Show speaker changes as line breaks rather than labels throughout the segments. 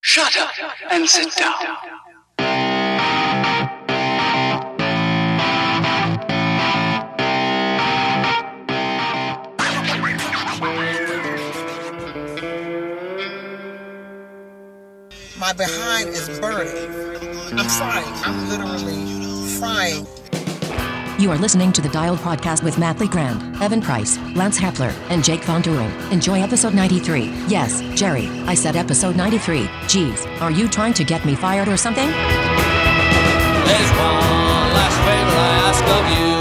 Shut up and sit down.
My behind is burning. I'm frying. I'm literally frying.
You are listening to the Dial Podcast with Matt Lee Grand, Evan Price, Lance Hapler, and Jake Von During. Enjoy episode 93. Yes, Jerry, I said episode 93. Jeez, are you trying to get me fired or something?
There's one last favor I ask of you.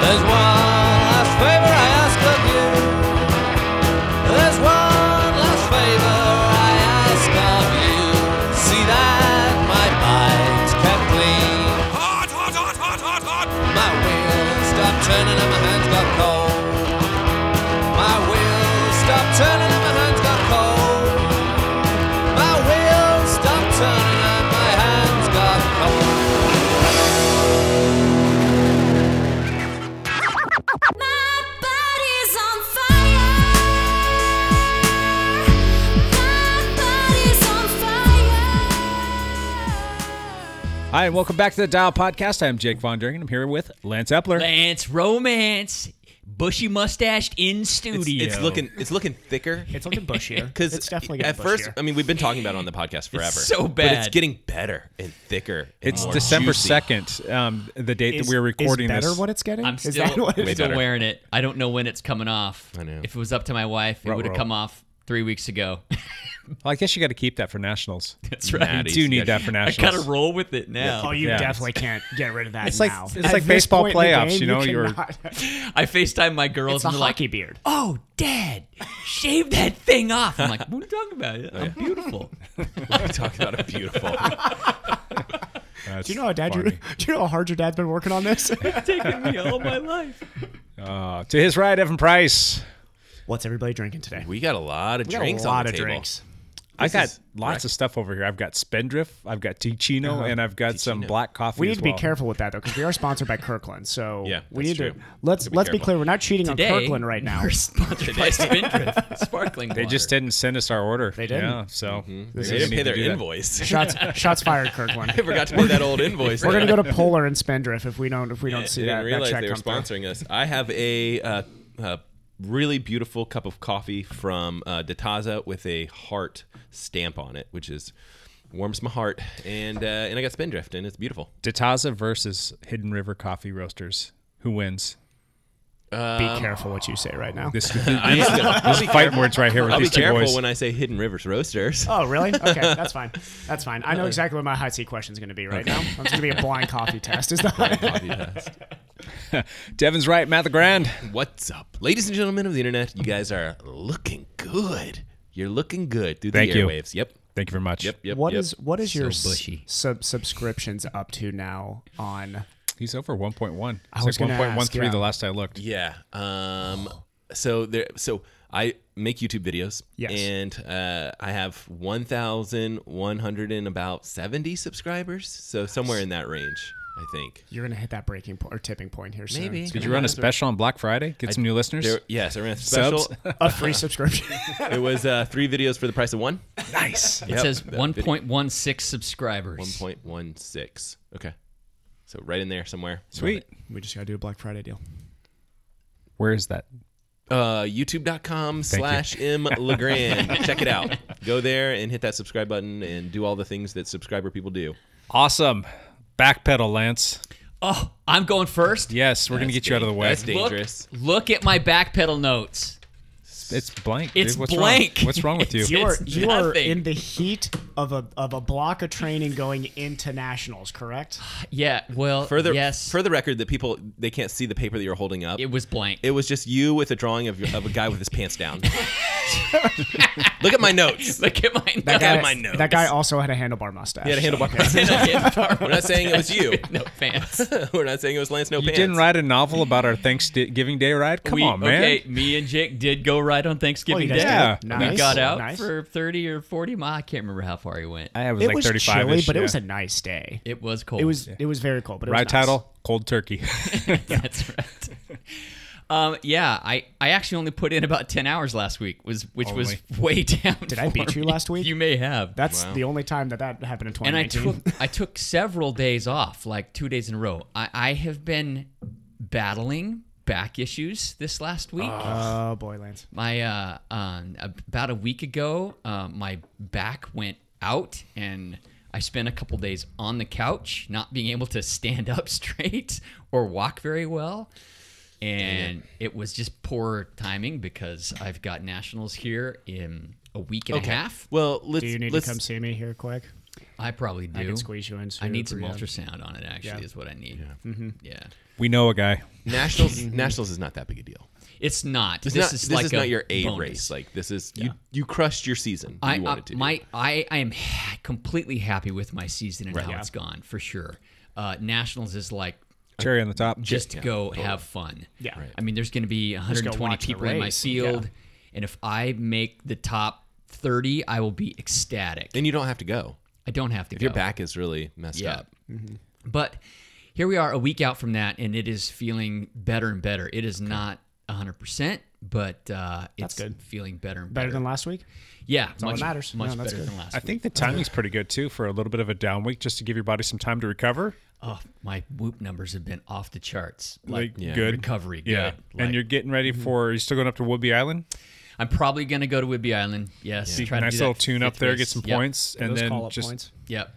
There's one last favor I ask of you. There's one last favor I ask of you. See that my mind's kept clean.
Hot, hot, hot, hot, hot, hot.
My wheels stop turning and my hands got cold. My wheels stop turning and my hands got cold. My wheels stop turning and my hands got cold.
My body's on fire. My body's on fire.
Hi, and welcome back to the Dial Podcast. I'm Jake Von Dringen. I'm here with Lance Epler.
Lance Romance, bushy mustached in studio.
It's looking it's looking thicker
It's looking bushier.
because
it's definitely getting
at first.
bushier.
I mean, we've been talking about it on the podcast forever.
so
but it's
bad.
getting better and thicker. and
It's
more
December
Oh, juicy.
2nd, um, the date that we're recording
is better
this.
what it's getting.
I'm still,
is that what
I'm
it's
Way
still
better.
wearing it. I don't know when it's coming off. I
know.
If it was up to my wife, it would have come off three weeks ago.
well, I guess you got to keep that for nationals.
That's right.
You
Natty.
do need that for
I
nationals.
gotta roll with it now.
Oh, you
Yeah.
definitely can't get rid of that
It's like-
now.
it's
At
like
this
baseball
point in the
playoffs,
game,
you know, you're-
cannot-
I Facetime my girls
it's a
and they're
hockey
like,
beard.
"Oh, Dad, shave that thing off." I'm like, "What are you talking about? I'm beautiful."
We talked about it beautiful.
That's
Do you know how Oh, dad?
funny.
Do you know how hard your dad's been working on this?
Taking me all my life.
Uh, to his right, Evan Price.
What's everybody drinking today?
we got a lot of
We got
drinks.
a lot
on the
of
table.
drinks.
I got
is
lots of stuff over here. I've got Spendrift, I've got
Uh-huh.
Ticino, and I've got some black coffee.
We need
as
to be
well.
careful with that though, because we are sponsored by Kirkland. So
Yeah,
we need
that's
to
true.
let's
Be
let's be
careful.
clear. We're not cheating
Today,
on Kirkland right now.
We're sponsored by Spindrift sparkling
They just didn't send us our order. They
didn't.
Yeah, so
This
Mm-hmm. They
is-
didn't pay their
do that.
invoice.
Shots shots fired,
I
Kirkland.
forgot to pay that old invoice.
We're gonna go to Polar and Spendrift if we don't if we don't
I
see
didn't
that, that
realize
check
they were
come through.
sponsoring us. I have a, uh, uh really beautiful cup of coffee from uh, Detaza with a heart stamp on it, which is warms my heart. And uh, and I got Spindrift, and it's beautiful.
Ditaza versus Hidden River Coffee Roasters. Who wins?
Be careful what you say right now.
This,
I'm just gonna- I'll be
fighting words right here with
I'll be
these two
careful
boys.
when I say Hidden Rivers Roasters.
Oh, really? Okay, that's fine. That's fine. I know exactly what my hot seat question is going to be right now. It's going to be a blind coffee test. Is that?
Devin's right, Matt the Grand.
What's up, ladies and gentlemen of the internet? You guys are looking good. You're looking good through the
Thank you.
airwaves. Yep.
Thank you very much.
Yep. Yep.
What
yep.
is what is your s-
bushy.
sub subscriptions up to now on?
He's over 1.1. It's
was
like
gonna ask,
1.13
yeah.
the last I looked.
Yeah. Um. So there. So I make YouTube videos.
Yes.
And uh, I have one thousand one hundred and about seventy subscribers. So somewhere in that range, I think.
You're going to hit that breaking point or tipping point here soon.
Maybe.
Did you run a special on Black Friday? Get some new listeners?
There, yes, I ran a special.
Subs?
A free subscription.
it was uh, three videos for the price of one.
nice.
It says
That video.
1.16 subscribers.
One point one six. Okay. So right in there somewhere.
Sweet.
we just got to do a Black Friday deal.
Where is that?
uh, youtube.com slash m legrand check it out go there and hit that subscribe button and do all the things that subscriber people do
Awesome. Backpedal, Lance.
Oh, I'm going first.
Yes, we're going to get you out of the way.
that's
Look-
dangerous
Look, at my back pedal notes.
It's blank.
It's
dude. What's
blank.
Wrong? What's wrong with you?
It's
You are
It's
you are
nothing.
in the heat of a of a block of training going into nationals, correct?
Yeah, well,
for the,
yes,
for the record that people they can't see the paper that you're holding up
it was blank.
it was just you with a drawing of, of a guy with his pants down look at my notes
Look at my notes.
That guy,
my notes.
that guy also had a handlebar mustache.
he had a handlebar we're not saying it was you
no pants.
we're not saying it was lance no
You
pants
didn't write a novel about our Thanksgiving Day ride? Come
We-
on, man.
Okay, me and Jake did go ride on Thanksgiving
guys
Day.
did?
Yeah.
Nice.
We got out
Nice.
for 30 or 40 miles. I can't remember how far he went.
I was
It
like
was
35
chilly, but it was a nice day.
It was cold.
It was it was very cold, but it was
Ride
nice.
title, Cold Turkey.
That's right. Um, yeah, I, I actually only put in about ten hours last week, was which was
Only.
way down. Did
I beat you last week?
You may have.
That's the only time that that happened in
and I
2019.
took I took several days off, like two days in a row. I, I have been battling back issues this last week.
oh boy, Lance.
My uh, um, about a week ago, uh, my back went out, and I spent a couple days on the couch, not being able to stand up straight or walk very well, and it was just poor timing because I've got nationals here in a week and a half.
Well, let's
Do you need
let's
to come see me here quick?
I probably do.
I can squeeze you in.
I need some
super bad.
ultrasound on it. Actually,
Yeah.
is what I need. Yeah. Yeah.
We know a guy.
nationals. nationals is not that big a deal.
it's not.
It's
this
not,
is
this
like
is
a
not your A
bonus.
race. Like this is you. You crushed your season.
I
you
uh,
wanted to.
my I I am completely happy with my season and how it's gone for sure. Uh, Nationals is like
Cherry on the top.
just to go have fun.
Yeah. Right.
I mean, there's going to be
go
120
watch the
people in my
race.
field, and if I make the top 30, I will be ecstatic.
and you don't have to go
I don't have to
if
go.
your back is really messed
Yeah.
up.
Mm-hmm.
But here we are a week out from that, and it is feeling better and better. It is not 100%, but uh, it's
good.
feeling better and better.
Better than last week.
yeah, much,
all that matters.
Much
No, that's
better
good.
than last
I think the timing's pretty good too for a little bit of a down week, just to give your body some time to recover.
Oh, my whoop numbers have been off the charts.
Like, good
recovery,
Yeah,
good.
and
Like-
you're getting ready
Mm-hmm.
for. You're still going up to Woodby Island.
I'm probably gonna go to Whidbey Island. Yes, try to
nice
do that
little tune up
fifth
there,
race.
get some
Yep,
points, and
Those
then
call-up
just
points.
Yep,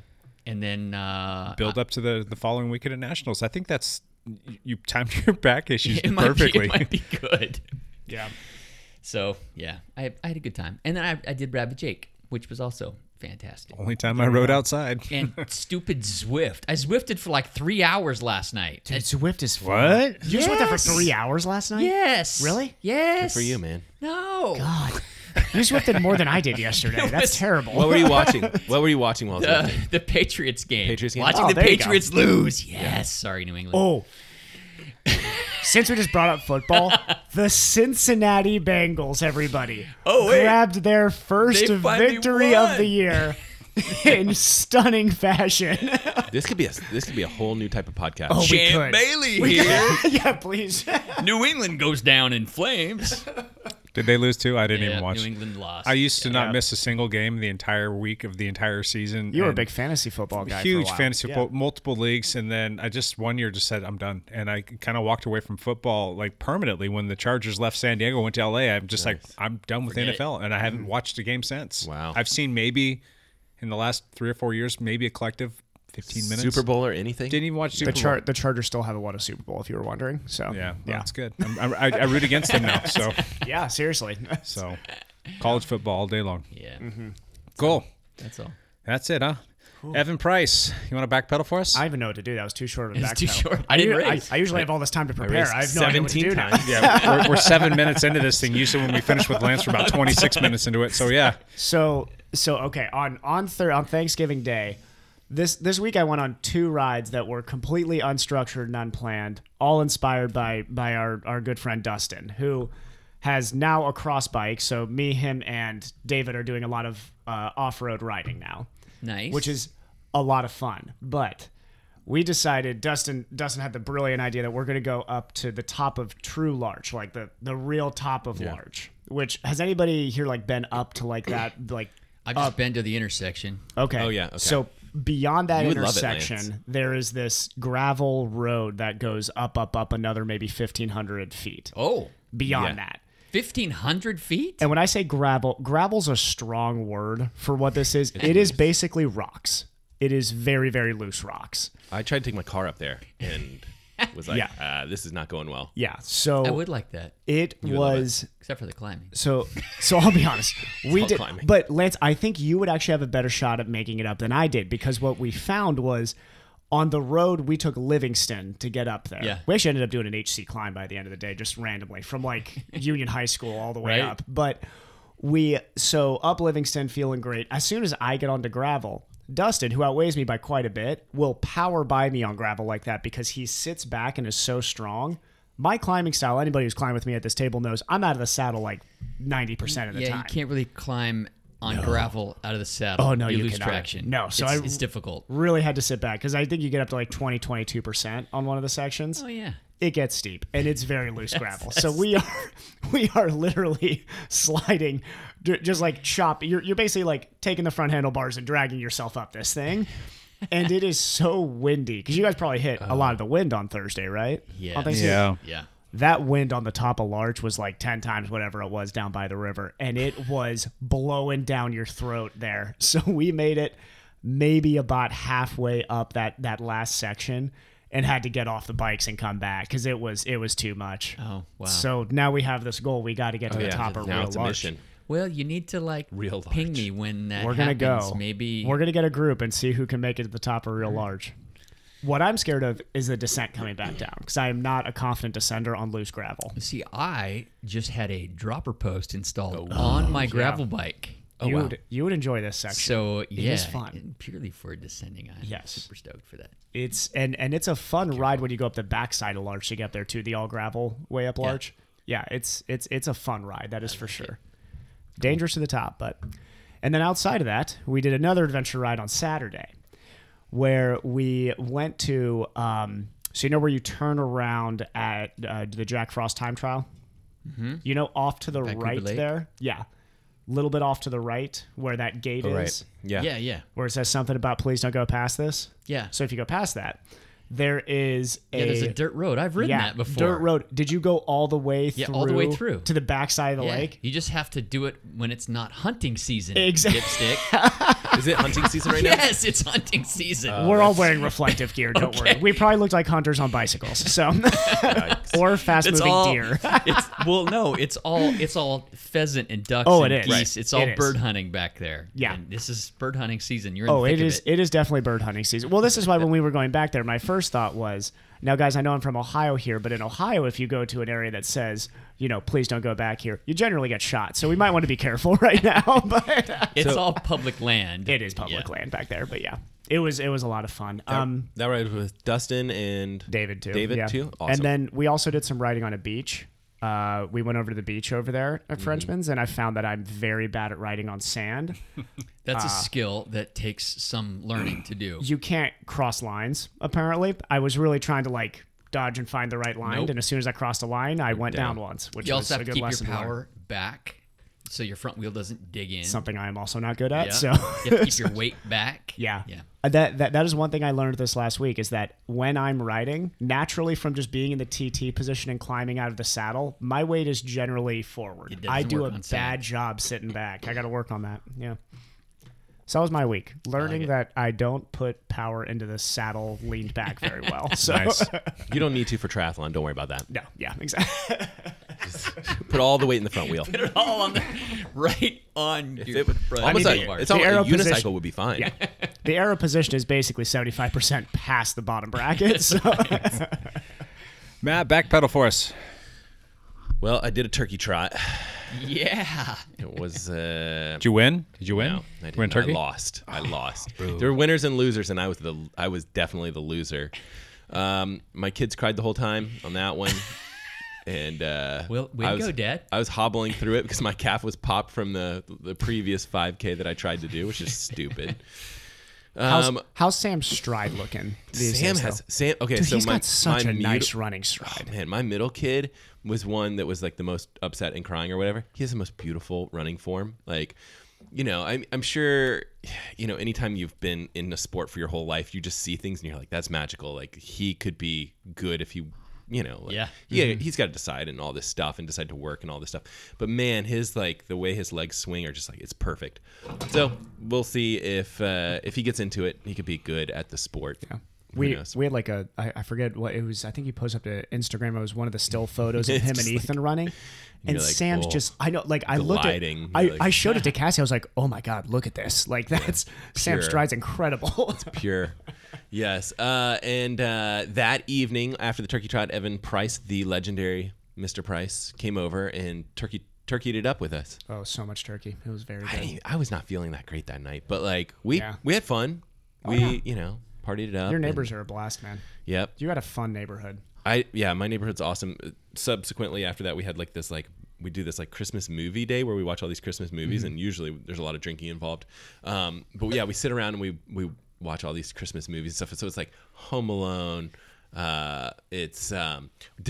and then uh,
build up to the the following weekend at nationals. I think that's you- you timed your back issues
it might be,
perfectly.
it might be good.
Yeah.
So yeah, I, I had a good time, and then I, I did Rabbit Jake, which was also fantastic.
Only time I rode outside.
And stupid Zwift, I Zwifted for like three hours last night.
Dude, Swift is fun.
What?
You just went there for
Yes.
three hours last night.
yes,
Really?
Yes,
For you, man.
No,
God. You swifted more than I did yesterday. That's terrible.
What were you watching? what were you watching while I was
Uh,
lifting?
the Patriots game.
Patriots game?
Watching
Oh,
the
there you go.
Patriots lose. Yes. Sorry, New England.
Oh. Since we just brought up football, the Cincinnati Bengals, everybody,
Oh, wait.
grabbed their first
They finally
victory
won.
of the year in stunning fashion.
This could be a this could be a whole new type of podcast.
Oh, we
Champ
could.
Bailey here.
yeah, please.
New England goes down in flames.
Did they lose too? I didn't
Yeah,
even watch.
New England lost.
I used to not miss a single game the entire week of the entire season.
You were a
and
big fantasy football guy. for a
Huge
while.
fantasy
Yeah.
football, multiple leagues, and then I just one year just said I'm done, and I kind of walked away from football like permanently. When the Chargers left San Diego, went to LA, I'm just like I'm done with
Forget it.
NFL, and I haven't
Mm.
watched a game since.
Wow.
I've seen maybe in the last three or four years, maybe a collective 15 minutes.
Super Bowl or anything?
Didn't even watch Super
The
Bowl.
chart, the Chargers still haven't won a Super Bowl, if you were wondering. So
Yeah, well,
yeah,
that's good. I'm, I'm, I, I root against them now, so
yeah. Seriously,
so college football all day long.
Yeah,
Mm-hmm.
Cool.
that's all.
That's it, huh? Evan Price, you want to backpedal for us?
I don't even know what to do. That was too short of a
It's
back
too
pedal.
short. I didn't
u-
raise.
I, usually have all this time to prepare. I have no idea what to do now.
yeah, we're, we're seven minutes into this thing. Usually, when we finish with Lance, we're about 26 minutes into it. So yeah,
So so okay on on thir- on Thanksgiving Day, this this week I went on two rides that were completely unstructured and unplanned, all inspired by by our our good friend Dustin, who has now a cross bike. So me, him, and David are doing a lot of uh, off road riding now.
Nice.
which is a lot of fun. But we decided Dustin Dustin had the brilliant idea that we're going to go up to the top of True Larch, like the the real top of Larch. Which has anybody here like been up to like that like
I've
Uh,
just been to the intersection.
okay
Oh, yeah, okay.
so beyond that
You would love it, Lance.
intersection there is this gravel road that goes up up up another maybe 1500 feet
Oh,
beyond
Yeah.
that
fifteen hundred feet.
and when I say gravel, gravel's a strong word for what this is. It is basically rocks. It is very, very loose rocks.
I tried to take my car up there and was like, uh, "This is not going well."
Yeah.
I
So
would like that,
it was
except for the climbing.
so so I'll be honest. We did
climbing.
but Lance, I think you would actually have a better shot at making it up than I did because what we found was on the road we took Livingston to get up there.
Yeah.
We actually ended up doing an HC climb by the end of the day just randomly from like Union High School all the way
Right.
up. But we so up Livingston feeling great. As soon as I get onto gravel, Dustin, who outweighs me by quite a bit, will power by me on gravel like that because he sits back and is so strong. My climbing style, anybody who's climbed with me at this table knows I'm out of the saddle like 90% of the
yeah,
time.
you can't really climb on gravel out of the saddle.
Oh, no,
you,
you
lose
cannot.
traction.
No, so
it's,
I-
it's difficult.
Really had to sit back because I think you get up to like 20, 22% on one of the sections.
Oh yeah,
it gets steep and it's very loose gravel. so we are we are literally sliding, d- just like chop. You're you're basically like taking the front handlebars and dragging yourself up this thing. And it is so windy because you guys probably hit a lot of the wind on Thursday, right?
Yeah.
On Thanksgiving?
Yeah.
Yeah.
that wind on the top of Larch was like 10 times whatever it was down by the river, and it was blowing down your throat there. So we made it maybe about halfway up that, that last section and had to get off the bikes and come back because it was it was too much.
Oh, wow.
So now we have this goal. We got to get to the
Oh, Yeah,
top of
now
Real
it's a
Larch.
mission.
Well, you need to like
Real
ping
large.
me when that
We're gonna
happens.
go.
Maybe
We're gonna get a group and see who can make it to the top of Real Large. What I'm scared of is the descent coming back down because I am not a confident descender on loose gravel.
see. I just had a dropper post installed on my gravel bike.
Oh, you, would, you would enjoy this section.
Oh, So yeah,
is fun.
purely for descending. I'm
Yes.
super stoked for that.
It's and and it's a fun ride when you go up the backside of Larch to get up there too, the all gravel way up Larch. Yeah, it's it's it's a fun ride, that is for sure. Dangerous to the top, but and then outside of that, we did another adventure ride on Saturday where we went to um so you know where you turn around at uh, the Jack Frost time trial? You know off to the
Vancouver
right
Lake?
there? Yeah. A little bit off to the right where that gate is
Right. Yeah.
Yeah, yeah,
where it says something about please don't go past this.
yeah.
So if you go past that, there is a,
yeah, there's a dirt road. I've ridden
yeah,
that before.
dirt road. Did you go all the way through?
Yeah, all the way through.
to the backside of the
Yeah,
lake.
You just have to do it when it's not hunting season.
Exa-
Dipstick.
Is it hunting season right now?
yes, Uh, it's hunting season.
We're all wearing reflective gear. Don't worry. We probably looked like hunters on bicycles. So, or
it's
fast-moving
all
deer.
it's well, no, it's all it's all pheasant and ducks.
Oh,
and
it is.
Geese. It's all
It is.
bird hunting back there.
Yeah.
and this is bird hunting season. You're in
Oh,
the thick
it is.
Of it.
It. it is definitely bird hunting season. Well, this is why when we were going back there, my first thought was, now guys, I know I'm from Ohio here, but in Ohio, if you go to an area that says, you know, please don't go back here, you generally get shot. So we might want to be careful right now. But uh,
It's all public land.
it is public
Yeah.
land back there. But yeah, it was it was a lot of fun. Um,
That ride was with Dustin and
David too.
David
yeah.
too. Awesome.
And then we also did some riding on a beach. Uh, we went over to the beach over there
Mm-hmm.
at Frenchman's, and I found that I'm very bad at riding on sand.
That's a skill that takes some learning to do.
You can't cross lines. Apparently, I was really trying to like dodge and find the right line,
Nope.
and as soon as I crossed a line, I went down once, which
You
was
also
a
have to
good
keep your
lesson learned.
power back so your front wheel doesn't dig in.
Something I am also not good at.
Yeah.
So
you have to keep your weight back.
Yeah.
Yeah.
Uh, That, that that is one thing I learned this last week is that when I'm riding, naturally from just being in the TT position and climbing out of the saddle, my weight is generally forward.
doesn't
I do a
work on
bad
sand.
job sitting back. I got to work on that. Yeah. So that was my week, learning that I don't put power into the saddle leaned back very well. So
Nice.
you don't need to for triathlon. Don't worry about that.
no, yeah, exactly.
Put all the weight in the front wheel.
All on the right on your
It would-
front
almost
wheel
like-
bar.
it's all,
The
a
arrow
unicycle
position-
would be fine.
Yeah. The arrow position is basically 75% past the bottom bracket. So
Matt, back pedal for us.
Well, I did a turkey trot.
yeah.
It was uh,
Did you win? Did you win?
No, I,
Win
didn't. I
turkey.
lost. I lost. there were winners and losers, and I was the I was definitely the loser. Um, my kids cried the whole time on that one, and uh,
Well, way
I
to
was,
go, Dad.
I was hobbling through it because my calf was popped from the the previous 5K that I tried to do, which is stupid.
how's,
Um,
how's Sam's stride looking? these
Sam
days,
has
though?
Sam. Okay,
Dude,
so
he's
my
got such
my
a
muta-
nice running stride.
Man, my middle kid was one that was like the most upset and crying or whatever. He has the most beautiful running form. Like, you know, I'm, I'm sure, you know, anytime you've been in a sport for your whole life, you just see things and you're like, that's magical. Like, he could be good if he, you know, like,
Yeah.
yeah, he's got to decide and all this stuff and decide to work and all this stuff. But man, his like the way his legs swing are just like it's perfect. So we'll see if uh, if he gets into it, he could be good at the sport. Yeah.
We, we had like a I, I forget what it was I think he posted up to Instagram it was one of the still photos of him and
Just
Ethan running and
you're like,
Sam's
"Whoa."
just I know like I looked at
Gliding.
I,
You're like,
I showed it to Cassie I was like oh my god look at this like that's Sam's
Pure.
strides incredible
pure. Yes. Uh, and uh, that evening, after the turkey trot, Evan Price, the legendary Mr. Price, came over and turkey turkeyed it up with us.
oh so much turkey it was very
I,
good
didn't, even- I was not feeling that great that night, but like we
Yeah. Oh,
we had fun. we you know partied it up.
your
and-
neighbors are a blast man
Yep.
you got a fun neighborhood
I yeah, my neighborhood's awesome. Subsequently, after that, we had like this like we do this like Christmas movie day where we watch all these Christmas movies, and usually there's a lot of drinking involved. Um, but yeah, we sit around and we we watch all these Christmas movies and stuff. So it's like Home Alone. Uh, it's um,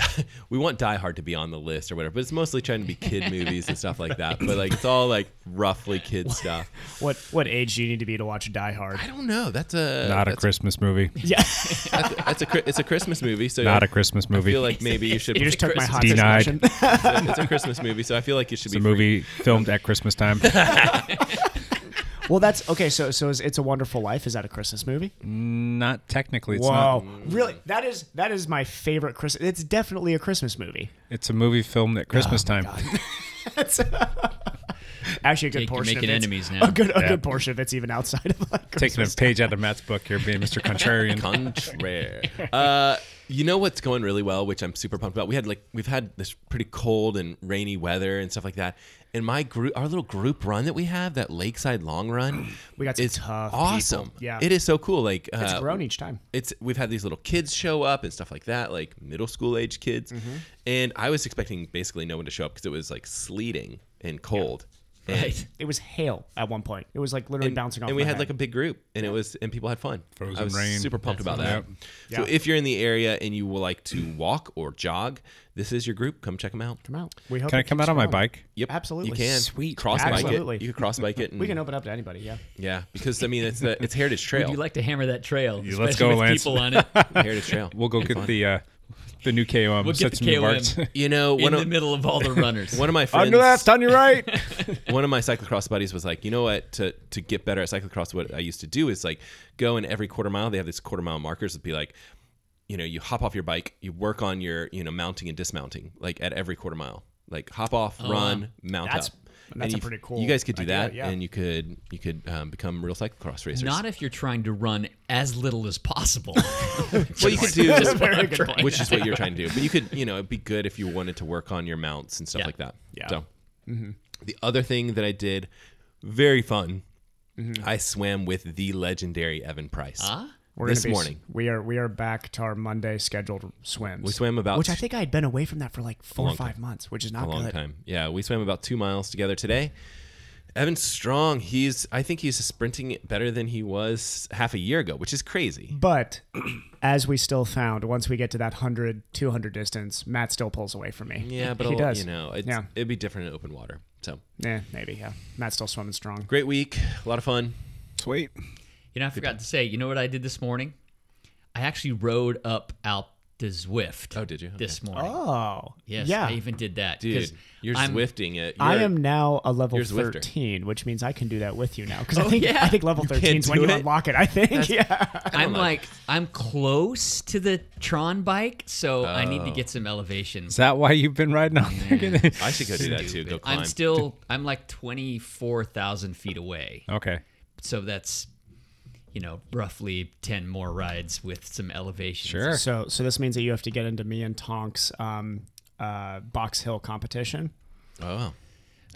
we want Die Hard to be on the list or whatever, but it's mostly trying to be kid movies and stuff like that. But like it's all like roughly kid stuff.
What what age do you need to be to watch Die Hard?
I don't know. That's a
Not a
that's
Christmas movie.
Yeah,
that's, that's a Chri- it's a Christmas movie. So
Not a Christmas
I
movie.
feel like maybe you should.
you just took my hot
Christmas Denied.
discussion.
it's a Christmas movie, so I feel like you should
It's a
be
movie filmed at Christmas time.
Well, that's okay. So so is It's a Wonderful Life is that a Christmas movie?
not technically. It's
Wow,
not.
really? That is that is my favorite Christmas. It's definitely a Christmas movie.
It's a movie filmed at Christmas
Oh,
time.
That's actually a good
Jake, you're
portion.
making
of it's-
enemies now.
A good a
Yeah.
good portion of it's even outside of like
Taking a
Christmas.
page out of Matt's book here, being Mr. Contrarian.
Contraire. Uh, you know what's going really well, which I'm super pumped about. We had like we've had this pretty cold and rainy weather and stuff like that. And my group, our little group run that we have, that lakeside long run,
We got some
is
tough people.
awesome.
Yeah.
it is so cool. Like uh,
It's grown each time.
it's we've had these little kids show up and stuff like that, like middle school age kids.
Mm-hmm.
And I was expecting basically no one to show up because it was like sleeting and cold. And-
Right.
It was hail at one point. It was like literally
and,
bouncing off.
and we
my
had
head.
like a big group and it was and people had fun
Frozen
i was
rain.
super pumped
That's
about that
awesome.
so if you're in the area and you will like to walk or jog this is your group come check them out
Come out. We hope
Can I
it
come
keeps
out on my
going.
bike?
yep
Absolutely.
you can
Sweet.
cross
Absolutely.
bike it you can cross bike it and,
We can open up to anybody. Yeah.
yeah because i mean it's the it's heritage trail
You like to hammer that trail,
Yeah,
especially
let's go,
with
Lance.
people on it.
heritage trail
We'll go get the uh, the new KOM.
We'll get
set
the
some new marks.
KOM
you know
in
one
the
of
middle of all the runners.
one of my
on
friends
your left, on your right.
one of my cyclocross buddies was like, you know what? To to get better at cyclocross, what I used to do is like go and every quarter mile. They have these quarter mile markers. It'd be like, you know, you hop off your bike, you work on your you know mounting and dismounting like at every quarter mile. Like hop off, run, mount
Oh, That's-
up.
that's a
you-
pretty cool
You guys could do
idea,
that,
yeah.
and you could you could um, become real cyclocross racers.
Not if you're trying to run as little as possible.
well, you could do
That's what I'm trying
which
to
is what you're trying to do. But you could, you know, it'd be good if you wanted to work on your mounts and stuff
Yeah.
like that.
Yeah.
So,
Mm-hmm.
the other thing that I did, very fun.
Mm-hmm.
I swam with the legendary Evan Price
Ah,
We're
this
gonna be,
morning.
We are we are back to our Monday scheduled swims.
We swam about
which I
t-
think I had been away from that for like four or
long
five months, which is not
a long
good.
time. Yeah, we swam about two miles together today. Evan's strong. He's, I think he's sprinting it better than he was half a year ago, which is crazy.
But as we still found, once we get to that 100, 200 distance, Matt still pulls away from me.
Yeah, but
he
a-
does.
you know, it's,
yeah,
it'd be different in open water. So
yeah, maybe. Yeah, Matt's still swimming strong.
great week, a lot of fun.
Sweet.
You know, I forgot to say, you know what I did this morning? I actually rode up Alp to Zwift.
Oh, did you?
This morning.
Oh,
Yes,
yeah.
I even did that. 'cause
Dude, you're
I'm-
swifting it.
I
You're-
am now a level
you're Zwifter.
thirteen, which means I can do that with you now. Because
Oh,
I think
yeah.
I think level thirteen is when
do
you
it?
unlock it. I think. Yeah.
I'm like, I'm close to the Tron bike, so I need
Oh.
to get some elevation.
Is that why you've been riding out there?
I should go do that too. Go climb.
I'm still, I'm like 24,000 feet away.
okay.
So that's, you know, roughly 10 more rides with some elevation.
Sure.
So so this means that you have to get into me and Tonk's um, uh, Box Hill competition.
oh. wow.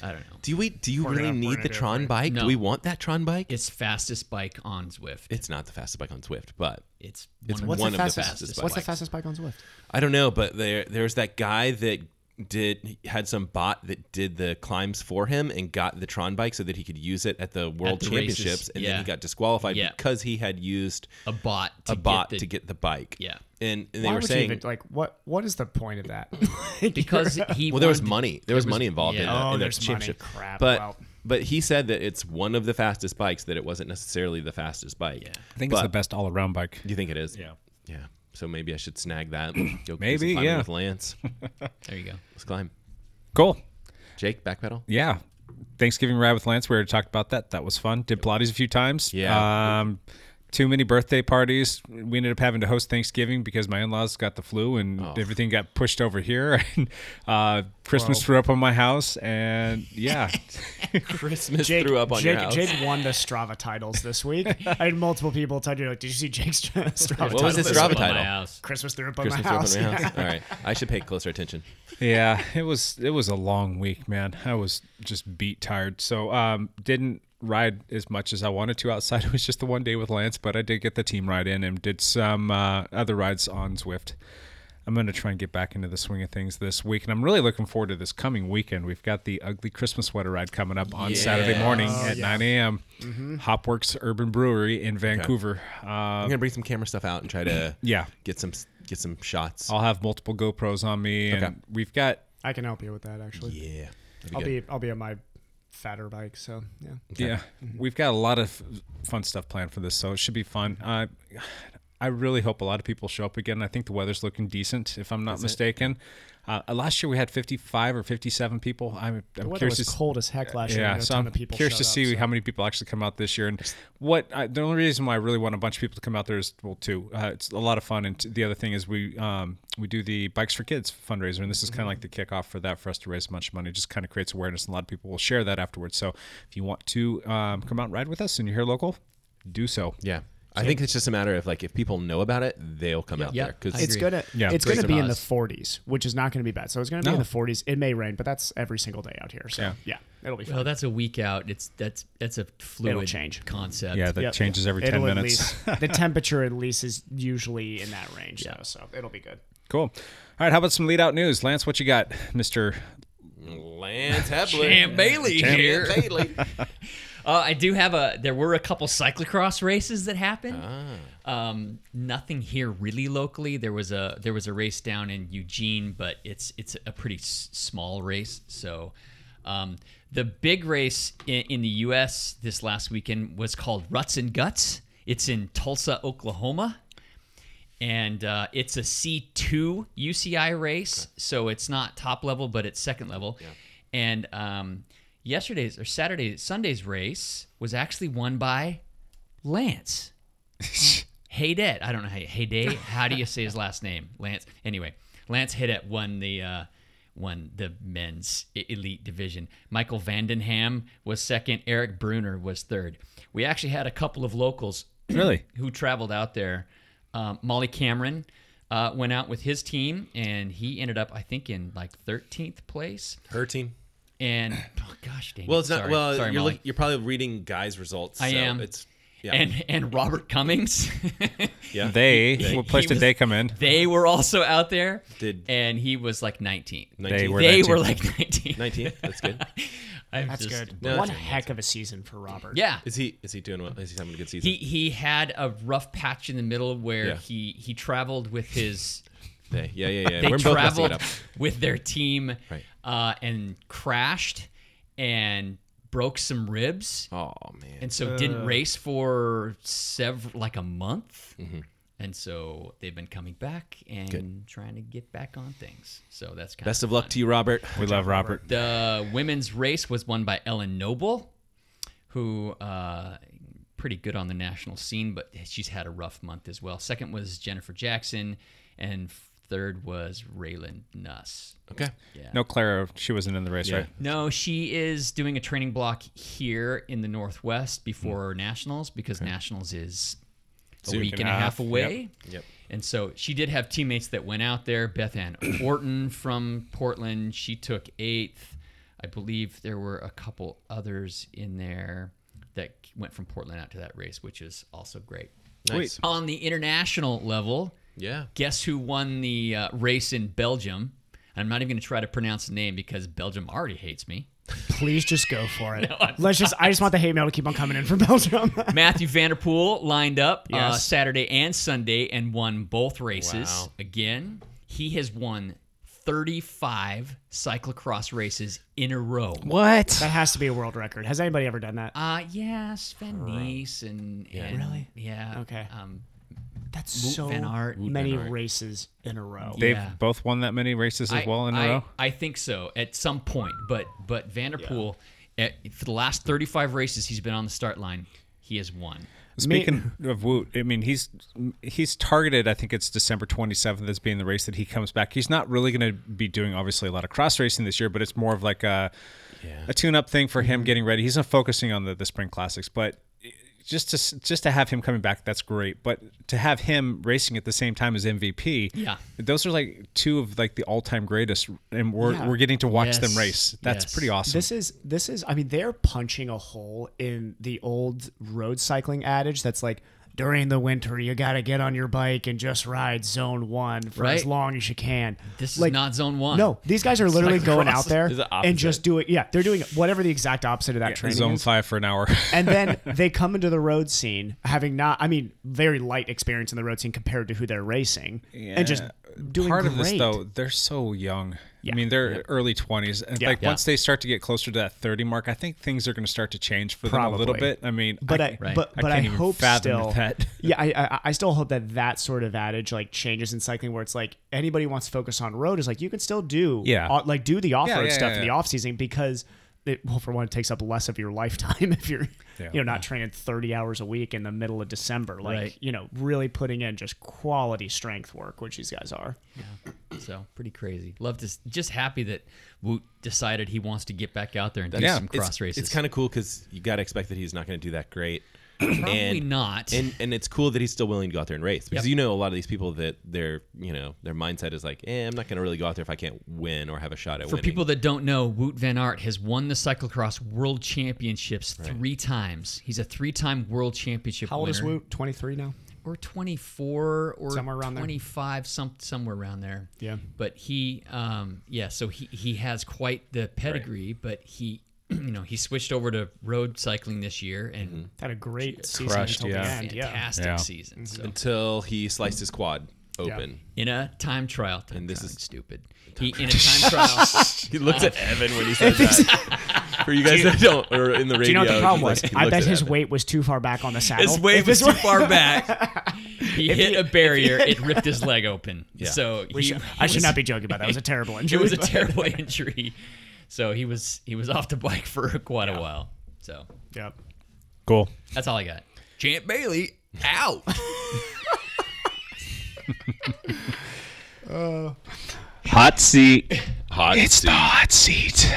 I don't know.
Do we? Do you really
gonna- we're
need
gonna
the
do it
Tron bike?
No.
Do we want that Tron bike?
It's fastest bike on Zwift.
It's not the fastest bike on Zwift, but
It's
It's
one, of
what's
the
the
fastest,
fastest-
fastest
What's the
bikes.
fastest bike on Zwift?
I don't know. But there, there's that guy that did had some bot that did the climbs for him and got the Tron bike so that he could use it at the World
the races,
Championships, and
yeah.
then he got disqualified
Yeah.
because he had used
a bot to
a bot
get the,
to get the bike.
Yeah.
and, and they
Why
were
would
saying
you even, like what? What is the point of that?
because he
Well, there was
wanted-
money. There was money involved in
yeah.
the,
Oh,
in the
there's money.
championship.
Crap.
But
Well.
but he said that it's one of the fastest bikes. That it wasn't necessarily the fastest bike. Yeah.
I think
but
it's the best all around bike.
You think it is?
Yeah.
Yeah. So maybe I should snag that. Go do some
Maybe,
climbing
yeah.
With Lance,
There you go.
let's climb.
Cool.
Jake, backpedal.
Yeah. Thanksgiving ride with Lance. We already talked about that. That was fun. Did Pilates a few times.
Yeah.
Um, too many birthday parties. We ended up having to host Thanksgiving because my in-laws got the flu and
Oh.
everything got pushed over here. And uh, Christmas threw up on my house. And yeah,
Christmas
Jake
threw up on
Jake,
your house.
Jake won the Strava titles this week. I had multiple people tell you like, "Did you see Jake's Strava title?"
What was his
this
Strava
week?"
By my
title?
house.
Christmas threw up on
Christmas
my
threw up
house.
on your house. All right, I should pay closer attention.
yeah. It was it was a long week, man. I was just beat tired. So um, didn't ride as much as I wanted to outside. It was just the one day with Lance, but I did get the team ride in and did some uh, other rides on Zwift. I'm going to try and get back into the swing of things this week. And I'm really looking forward to this coming weekend. We've got the Ugly Christmas Sweater Ride coming up on Saturday morning at 9 a.m. Hopworks Urban Brewery in Vancouver. Uh,
I'm gonna bring some camera stuff out and try to
Yeah.
get some s- get some shots.
I'll have multiple GoPros on me, and
Okay.
we've got
I can help you with that actually.
yeah, that'd
I'll
good.
be I'll be on my fatter bike, so yeah.
yeah, we've got a lot of fun stuff planned for this, so it should be fun. I I really hope a lot of people show up again. I think the weather's looking decent, if I'm not mistaken. Uh, last year we had 55 or 57 people. I'm,
The
I'm
weather
curious.
was
to-
cold as heck last year.
Yeah,
and a
so
ton
I'm
of people
curious to
showed up,
see
so-
how many people actually come out this year. And what I, the only reason why I really want a bunch of people to come out there is well, two. Uh, it's a lot of fun, and t- the other thing is we um, we do the Bikes for Kids fundraiser, and this is kind of like the kickoff for that for us to raise a bunch of money. It just kind of creates awareness, and a lot of people will share that afterwards. So if you want to um, come out and ride with us, and you're here local, do so.
yeah. I think it's just a matter of like if people know about it, they'll come out
yeah,
there because
I
it's
agree.
gonna
Yeah.
it's
Great
gonna be in the
cause.
40s, which is not gonna be bad. So it's gonna be
No.
in the 40s. It may rain, but that's every single day out here. So
Yeah.
yeah, it'll be fun.
Well, Oh, that's a week out. It's that's that's a fluid
change.
concept.
Yeah, that
Yep.
changes every
It'll
10
at
minutes.
least- the temperature at least is usually in that range, though, so it'll be good.
Cool. All right, how about some lead out news, Lance? What you got, Mister?
Lance Hepler,
Champ Bailey here.
Bailey.
Uh, I do have a. There were a couple cyclocross races that happened. Um, nothing here really locally. There was a there was a race down in Eugene, but it's it's a pretty s- small race. So, um, the big race in, in the U.S. this last weekend was called Ruts and Guts. It's in Tulsa, Oklahoma, and uh, it's a C2 UCI race, so it's not top level, but it's second level. And um, yesterday's or Saturday Sunday's race was actually won by Lance. Haydet. I don't know how you, Hayday. How do you say his last name? Lance. Anyway, Lance Haydet won the uh, won the men's e- elite division. Michael Vandenham was second. Eric Bruner was third. We actually had a couple of locals
Really?
who traveled out there. Um, Molly Cameron uh, went out with his team, and he ended up, I think, in like 13th place.
Her team.
And oh gosh, dang.
Well,
it.
it's not.
Sorry.
well,
Sorry,
you're
Molly.
look, you're probably reading guys' results.
I
so
am.
It's yeah.
and and Robert Cummings.
yeah.
They,
They-
what place
he
did
was-
they come in?
they were also out there.
Did-
and he was like 19.
19th.
They were-
They
19.
were like 19.
19th. That's good.
I'm
That's
just-
good.
No,
One
that's-
heck of a season for Robert.
Yeah.
Is he is he doing well? Is he having a good season?
He he had a rough patch in the middle where
Yeah.
he he traveled with his
They- yeah, yeah, yeah.
they
We're both messing it
traveled
up.
with their team
Right.
uh, and crashed and broke some ribs
Oh man.
and so didn't race for several like a month
Mm-hmm.
and so they've been coming back and trying to get back on things so that's kind
Best
of
of luck to you, Robert.
We love Robert.
the women's race was won by ellen noble who uh, pretty good on the national scene but she's had a rough month as well second was jennifer jackson and third was raylan nuss
Okay.
No, Clara, she wasn't in the race,
Yeah.
right?
No, she is doing a training block here in the Northwest
Hmm.
before Nationals because Nationals is a week and a half, away.
Yep.
And so she did have teammates that went out there. Beth Ann Orton from Portland, she took eighth. I believe there were a couple others in there that went from Portland out to that race, which is also great.
Nice.
On the international level,
Yeah.
guess who won the uh, race in Belgium? I'm not even going to try to pronounce the name because Belgium already hates me.
Please just go for it. Let's just I just want the hate mail to keep on coming in from Belgium.
Matthew Vanderpool lined up uh,
Yes.
Saturday and Sunday and won both races.
Wow.
Again, he has won 35 cyclocross races in a row.
that has to be a world record. Has anybody ever done that?
Uh, yeah, Sven Nys and, and really, yeah,
Okay.
Um,
That's
Wout
so
Van Aert.
many races in a row.
They've
Yeah.
both won that many races as well in a
I,
row.
I think so at some point, but but Vanderpool, at, for the last 35 races he's been on the start line, he has won.
Speaking of Woot, I mean he's he's targeted. I think it's December 27th as being the race that he comes back. He's not really going to be doing obviously a lot of cross racing this year, but it's more of like a a tune-up thing for
Mm-hmm.
him getting ready. He's not focusing on the the spring classics, but just to s- just to have him coming back, that's great. But to have him racing at the same time as MVP,
Yeah.
those are like two of like the all-time greatest, and we're
Yeah.
we're getting to watch them
Yes.
race. That's
Yes.
pretty awesome.
This is this is I mean they're punching a hole in the old road cycling adage that's like during the winter you got to get on your bike and just ride zone one for as
Right.
long as you can.
This is not zone one.
No, these guys are literally
like
going
cross-
out there
It's the
and just
opposite.
doing. Yeah, they're doing whatever the exact opposite of that training
Zone
is.
five for an hour.
and then they come into the road scene having not i mean very light experience in the road scene compared to who they're racing and just doing
part
great.
of this though they're so young
Yeah.
i mean they're early 20s and
Yeah.
like
Yeah.
once they start to get closer to that 30 mark i think things are going to start to change for them a little
Probably.
bit i mean
but I, but but I,
can't even
hope
fathom
still
that
yeah I, I I still hope that that sort of adage like changes in cycling where it's like anybody who wants to focus on road is like you can still do
Yeah.
uh, like do the off road
yeah,
stuff
yeah,
in the
yeah.
off season because it well for one it takes up less of your lifetime if you're you know not training 30 hours a week in the middle of December like
Right.
you know really putting in just quality strength work which these guys are
So pretty crazy. Love to s- just happy that Woot decided he wants to get back out there and do
Yeah,
some cross
it's,
races.
It's kind of cool because you got to expect that he's not going to do that great.
probably
and,
not.
And and it's cool that he's still willing to go out there and race because
Yep.
you know a lot of these people that their you know their mindset is like, eh, I'm not going to really go out there if I can't win or have a shot at
For
winning.
people that don't know, Woot Van Aert has won the cyclocross world championships three times. He's a three-time world championship
How old is
winner.
Woot? 23 now.
or 24 or
Somewhere around there.
25 some somewhere around there
Yeah.
but he um yeah so he he has quite the pedigree but he you know he switched over to road cycling this year and
Had a great season
Crushed,
until the
yeah.
end. Yeah.
fantastic
Yeah.
season so
Mm-hmm. until he sliced his quad open.
in a time trial time
And this
trial,
is-
stupid he in a time trial
He looks at Evan when he says that. For you guys that don't, or in the radio,
Do you know what the
he's
problem
like-
was?
he
I
looks
bet
at
his
Evan.
weight was too far back on the saddle.
His weight
If
was
this
too far back. He hit a barrier. It ripped his leg open. So
We
he,
should-
he
I should
was-
not be joking about that. It was a terrible
It
injury.
was a
but-
terrible injury. So he was he was off the bike for quite a while. So
Yep.
cool
that's all I got.
Champ Bailey out.
Hot seat.
Hot seat.
Hot seat.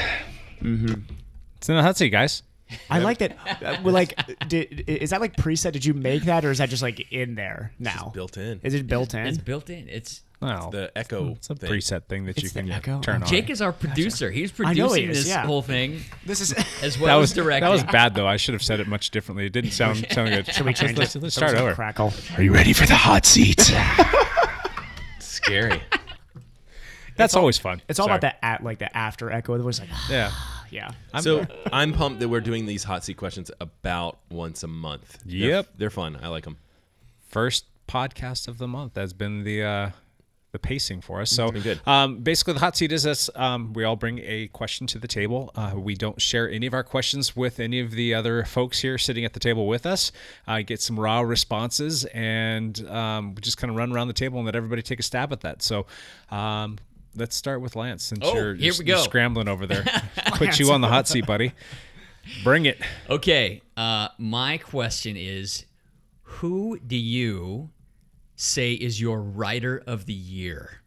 it's in the hot seat guys
I like that. uh, Well, like, did, is that like preset? Did you make that, or is that just like in there now?
built in.
Is it built in?
It's built in. It's
wow
The echo.
it's a
thing.
preset thing that you
the
can
echo.
turn on
Jake is our producer. He's
I know he
producing
is,
this
yeah.
whole thing
this is.
as
that
well
was
as directing.
that was bad though i should have said it much differently it didn't sound sound good
Should we change it?
let's, let's
That was
start
a
over
Crackle.
Are you ready for the hot seat?
Scary.
that's always fun
It's all
Sorry.
about that at like the after echo. It was like,
yeah
yeah.
so I'm pumped that we're doing these hot seat questions about once a month. They're-
Yep.
they're, fun. I like them.
first podcast of the month has been the uh, the pacing for us. So
been good.
Um, basically, the hot seat is us. Um, we all bring a question to the table. Uh, we don't share any of our questions with any of the other folks here sitting at the table with us. Uh, get some raw responses, and um, we just kind of run around the table and let everybody take a stab at that. So. Um, Let's start with Lance since
Oh, here
you're, you're-
we
you're
go.
scrambling over there. Put you on the hot seat, buddy. Bring it.
Okay. Uh, my question is, who do you say is your rider of the year?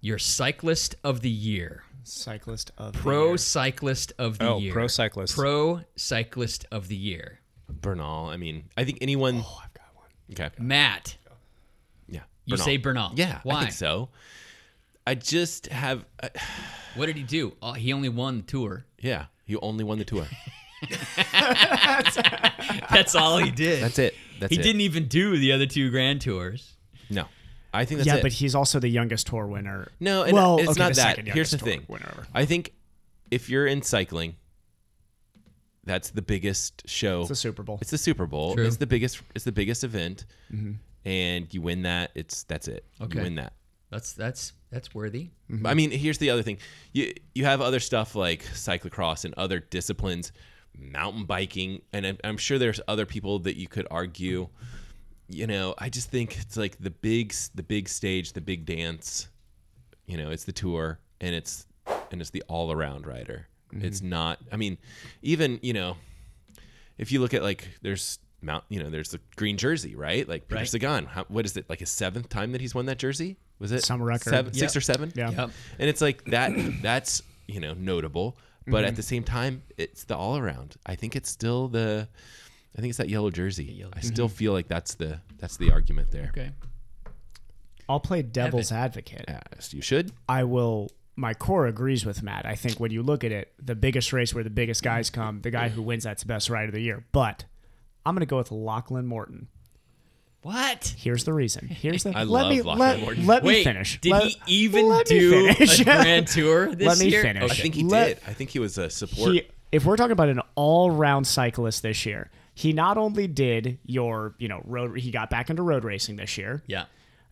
Your cyclist of the year.
Cyclist of
Pro cyclist of the
Oh,
year.
pro cyclist.
Pro cyclist of the year.
Bernal. I mean, I think anyone. Oh, I've got one. Okay.
Matt,
Yeah.
you say Bernal.
Yeah.
Why?
I think so. I just have. I
What did he do? Oh, he only won the tour.
yeah. You only won the tour.
That's all he did.
That's it. That's
he
it.
didn't even do the other two grand tours.
No. I think that's
yeah,
it.
but he's also the youngest tour winner.
No, and
well,
it's
okay,
not
the
that.
second
Here's the
youngest tour
thing. Oh,
winner ever.
I think if you're in cycling, that's the biggest show.
It's the Super Bowl.
It's the Super Bowl.
True.
It's the biggest. It's the biggest event, and you win that. It's that's it.
Okay.
You win that.
That's that's that's worthy.
Mm.
I
Mm-hmm.
mean, here's the other thing. You you have other stuff like cyclocross and other disciplines, mountain biking, and I'm, I'm sure there's other people that you could argue. You know, I just think it's like the big s- the big stage, the big dance. You know, it's the tour and it's and it's the all around rider. It's
Mm-hmm.
not. I mean, even you know, if you look at like there's. Mount, you know, there's the green jersey, right? Like Peter
Right.
Sagan. How, what is it? Like his seventh time that he's won that jersey? Was it
Some record.
Seven, Six
Yep.
or seven?
Yeah.
Yep.
And it's like that that's, you know, notable, but
Mm-hmm.
at the same time, it's the all around. I think it's still the I think it's that yellow jersey. I still
Mm-hmm.
feel like that's the that's the argument there.
Okay.
I'll play devil's advocate.
Yes, you should.
I will. My core agrees with Matt. I think when you look at it, the biggest race where the biggest guys come, the guy who wins that's the best rider of the year. But I'm going to go with Lachlan Morton.
What?
Here's the reason. Here's the.
I
let
love
me
Lockheed
let,
Morgan.
let me
Wait,
finish.
did
Let-
he even
let me
do a
finish.
grand tour
let
this
me
year?
finish.
I think he
Let-
did. I think he was a support.
He, if we're talking about an all-round cyclist this year, he not only did your you know road. He got back into road racing this year.
Yeah.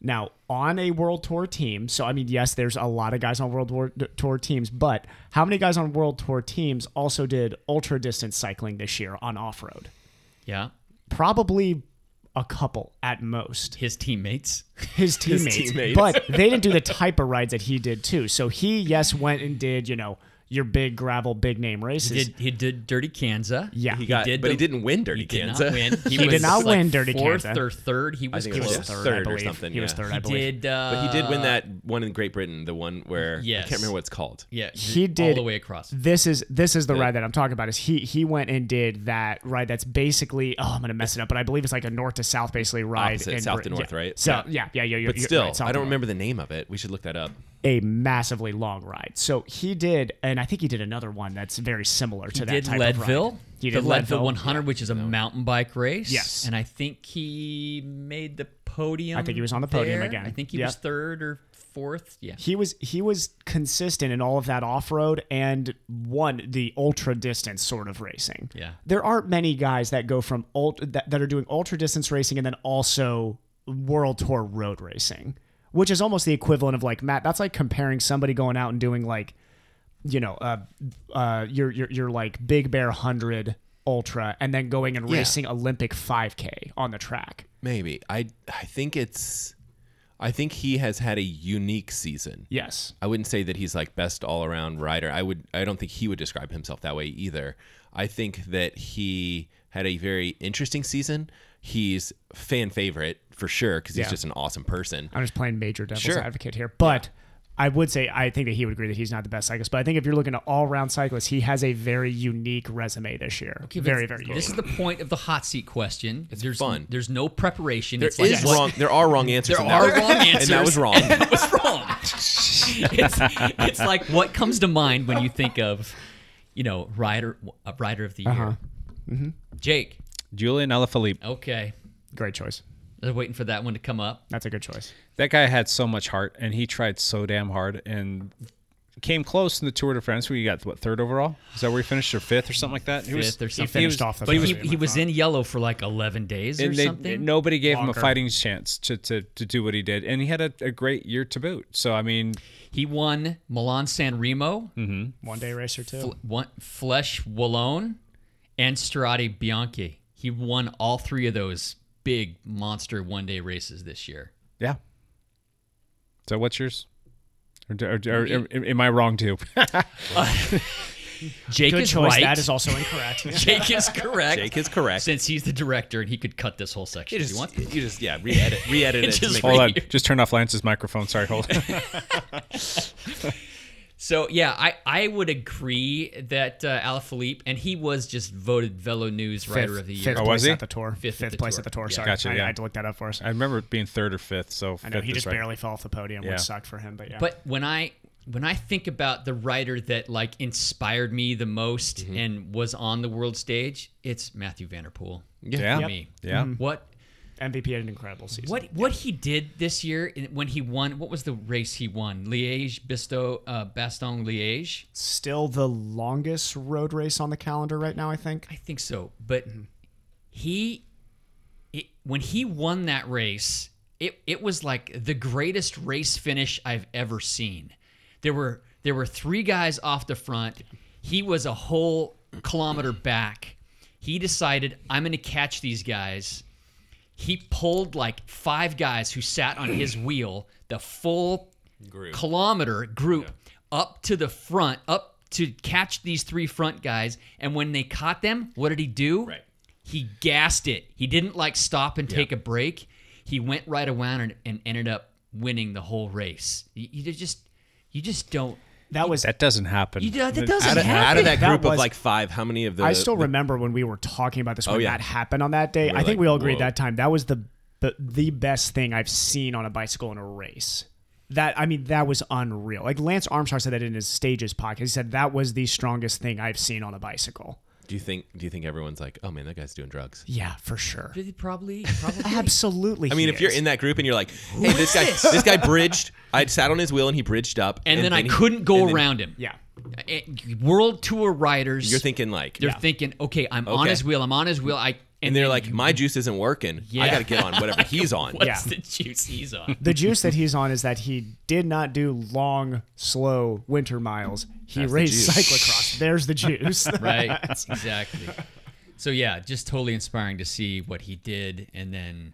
Now, on a World Tour team, so I mean, yes, there's a lot of guys on World War, Tour teams, but how many guys on World Tour teams also did ultra distance cycling this year on off road?
Yeah.
Probably a couple at most.
His teammates.
His teammates,
teammates.
but they didn't do the type of rides that he did too. So he, yes, went and did you know your big gravel, big name
He
races.
did, he did Dirty Kansas.
yeah,
he got,
did
but he
the-
didn't win Dirty
He did
Kansas.
not win. He,
did
was
not
like
win Dirty
fourth
Kansas.
or third. He was
think
he
it
was
close.
yeah.
third,
third
I
or
believe.
something,
He was
yeah.
third, I
He
believe.
did. Uh,
But he did win that one in Great Britain, the one where I
yes.
can't remember what it's called.
Yeah.
he
just
did
all the way across.
This is this is the ride that I'm talking about. Is he he went and did that ride that's basically oh I'm gonna mess it up, but I believe it's like a north to south basically ride
Opposite,
in
south
Brit-
to north,
yeah.
right?
So
Yeah.
yeah, yeah, yeah. You're,
But
you're
still,
right, south
I
to
don't
north.
remember the name of it. We should look that up.
a massively long ride. So he did, and I think he did another one that's very similar to
He
that
did
type
Leadville.
of ride. He
the
did
Leadville 100, which is a mountain bike race.
Yes.
And I think he made the podium.
I think he was on the podium
there.
again.
I think he
Yeah.
was third or fourth. Yeah.
He was he was consistent in all of that off road and won the ultra distance sort of racing.
Yeah.
there aren't many guys that go from ult- that, that are doing ultra distance racing and then also world tour road racing, which is almost the equivalent of like Matt. That's like comparing somebody going out and doing like, you know, uh, uh, your your your like Big Bear hundred ultra and then going and
Yeah.
racing Olympic five k on the track.
Maybe I. I think it's. I think he has had a unique season.
Yes,
I wouldn't say that he's like best all around rider. I would I don't think he would describe himself that way either. I think that he had a very interesting season. He's fan favorite for sure because he's
Yeah.
just an awesome person.
I'm just playing major devil's
Sure.
advocate here, but. I would say I think that he would agree that he's not the best cyclist, but I think if you're looking at all-round cyclists, he has a very unique resume this year.
Okay, but
very, very. Unique.
This is the point of the hot seat question. It's there's,
fun.
There's no preparation.
There
it's like,
is
what-
wrong. There are wrong answers.
There
and that
are
was-
wrong answers.
and that was wrong.
that was wrong. it's, it's like what comes to mind when you think of, you know, rider a rider of the year.
Uh-huh. Mm-hmm.
Jake.
Julian Alaphilippe.
Okay.
Great choice.
I was waiting for that one to come up.
That's a good choice.
That guy had so much heart, and he tried so damn hard, and came close in the Tour de France. Where he got what third overall? Is that where he finished, or fifth, or something like that? He was-
Fifth or something.
finished off the
but he,
podium,
he
I
was
thought.
in yellow for like 11 days or
and they,
something.
nobody gave him
Longer.
a fighting chance to, to, to do what he did, and he had a, a great year to boot. So I mean,
He won Milan San Remo,
One day racer too.
Fle- one, Flesh Wallone, and Strade Bianchi. He won all three of those big monster one day races this year.
yeah. So what's yours? Or, or, or- or- am I wrong too?
Jake
good
is
choice.
right.
That is also incorrect.
Jake is correct.
Jake is correct.
Since he's the director and he could cut this whole section
You
if he
just,
wants.
you just yeah re-edit re-edit it.
It's
to
just
make
all
it-
Hold on, just turn off Lance's microphone. Sorry, hold. on.
So yeah, I, I would agree that uh, Alaphilippe and he was just voted Velo News Rider of the Year.
Fifth
Oh,
place
was he?
at the tour.
Fifth
Fifth,
at the
place
tour.
at the tour.
Yeah.
Sorry,
Gotcha,
I,
yeah.
I had to look that up for us.
I
I,
remember it being third or fifth. So
know
fifth
he
is
just
right.
barely fell off the podium,
Yeah.
which sucked for him. But yeah,
But when I when I think about the writer that like inspired me the most
Mm-hmm.
and was on the world stage, it's Matthew Vanderpool.
Yeah,
For me.
yeah.
What
MVP had an incredible season.
what what he did this year in- when he won? What was the race he won? Liège, Bisto, uh, Bastogne, Liège.
Still the longest road race on the calendar right now, I think.
I think so. But he, it, when he won that race, it, it was like the greatest race finish I've ever seen. There were there were three guys off the front. He was a whole kilometer back. He decided I'm going to catch these guys. He pulled like five guys who sat on his wheel the full kilometer group up to the front, up to catch these three front guys. And when they caught them, what did he do?
Right.
He gassed it. He didn't like stop and take a break. He went right around and, and ended up winning the whole race. You, you just, you just don't.
That was.
That doesn't happen.
You, that doesn't
Out of,
happen.
out of that
That
group of
was-
like five, how many of the
I still
the- Oh,
remember when we were talking about this when
yeah.
that happened on that day.
were
I think
like,
we all agreed
whoa.
that time. That was the, the the best thing I've seen on a bicycle in a race. That I mean, that was unreal. Like Lance Armstrong said that in his stages podcast. He said that was the strongest thing I've seen on a bicycle.
Do you think? Do you think everyone's like, oh man, that guy's doing drugs?
Yeah, for sure.
Probably, probably.
Absolutely.
I mean,
he
if you're
is.
in that group and you're like,
Who
hey, this
is
guy,
this?
this guy bridged. I sat on his wheel and he bridged up,
and, then, I
he-
couldn't go
and then-
around him.
Yeah.
Eh, World tour riders.
You're thinking like,
They're
Yeah.
thinking, okay, I'm on
Okay.
his wheel. I'm on his wheel. I and,
and they're like, my juice isn't working. I got to get on whatever he's on.
What's the juice he's on?
the juice that he's on is that he did not do long, slow winter miles. He
That's the
raced
juice.
cyclocross. There's the juice.
right. Exactly. So yeah, just totally inspiring to see what he did, and then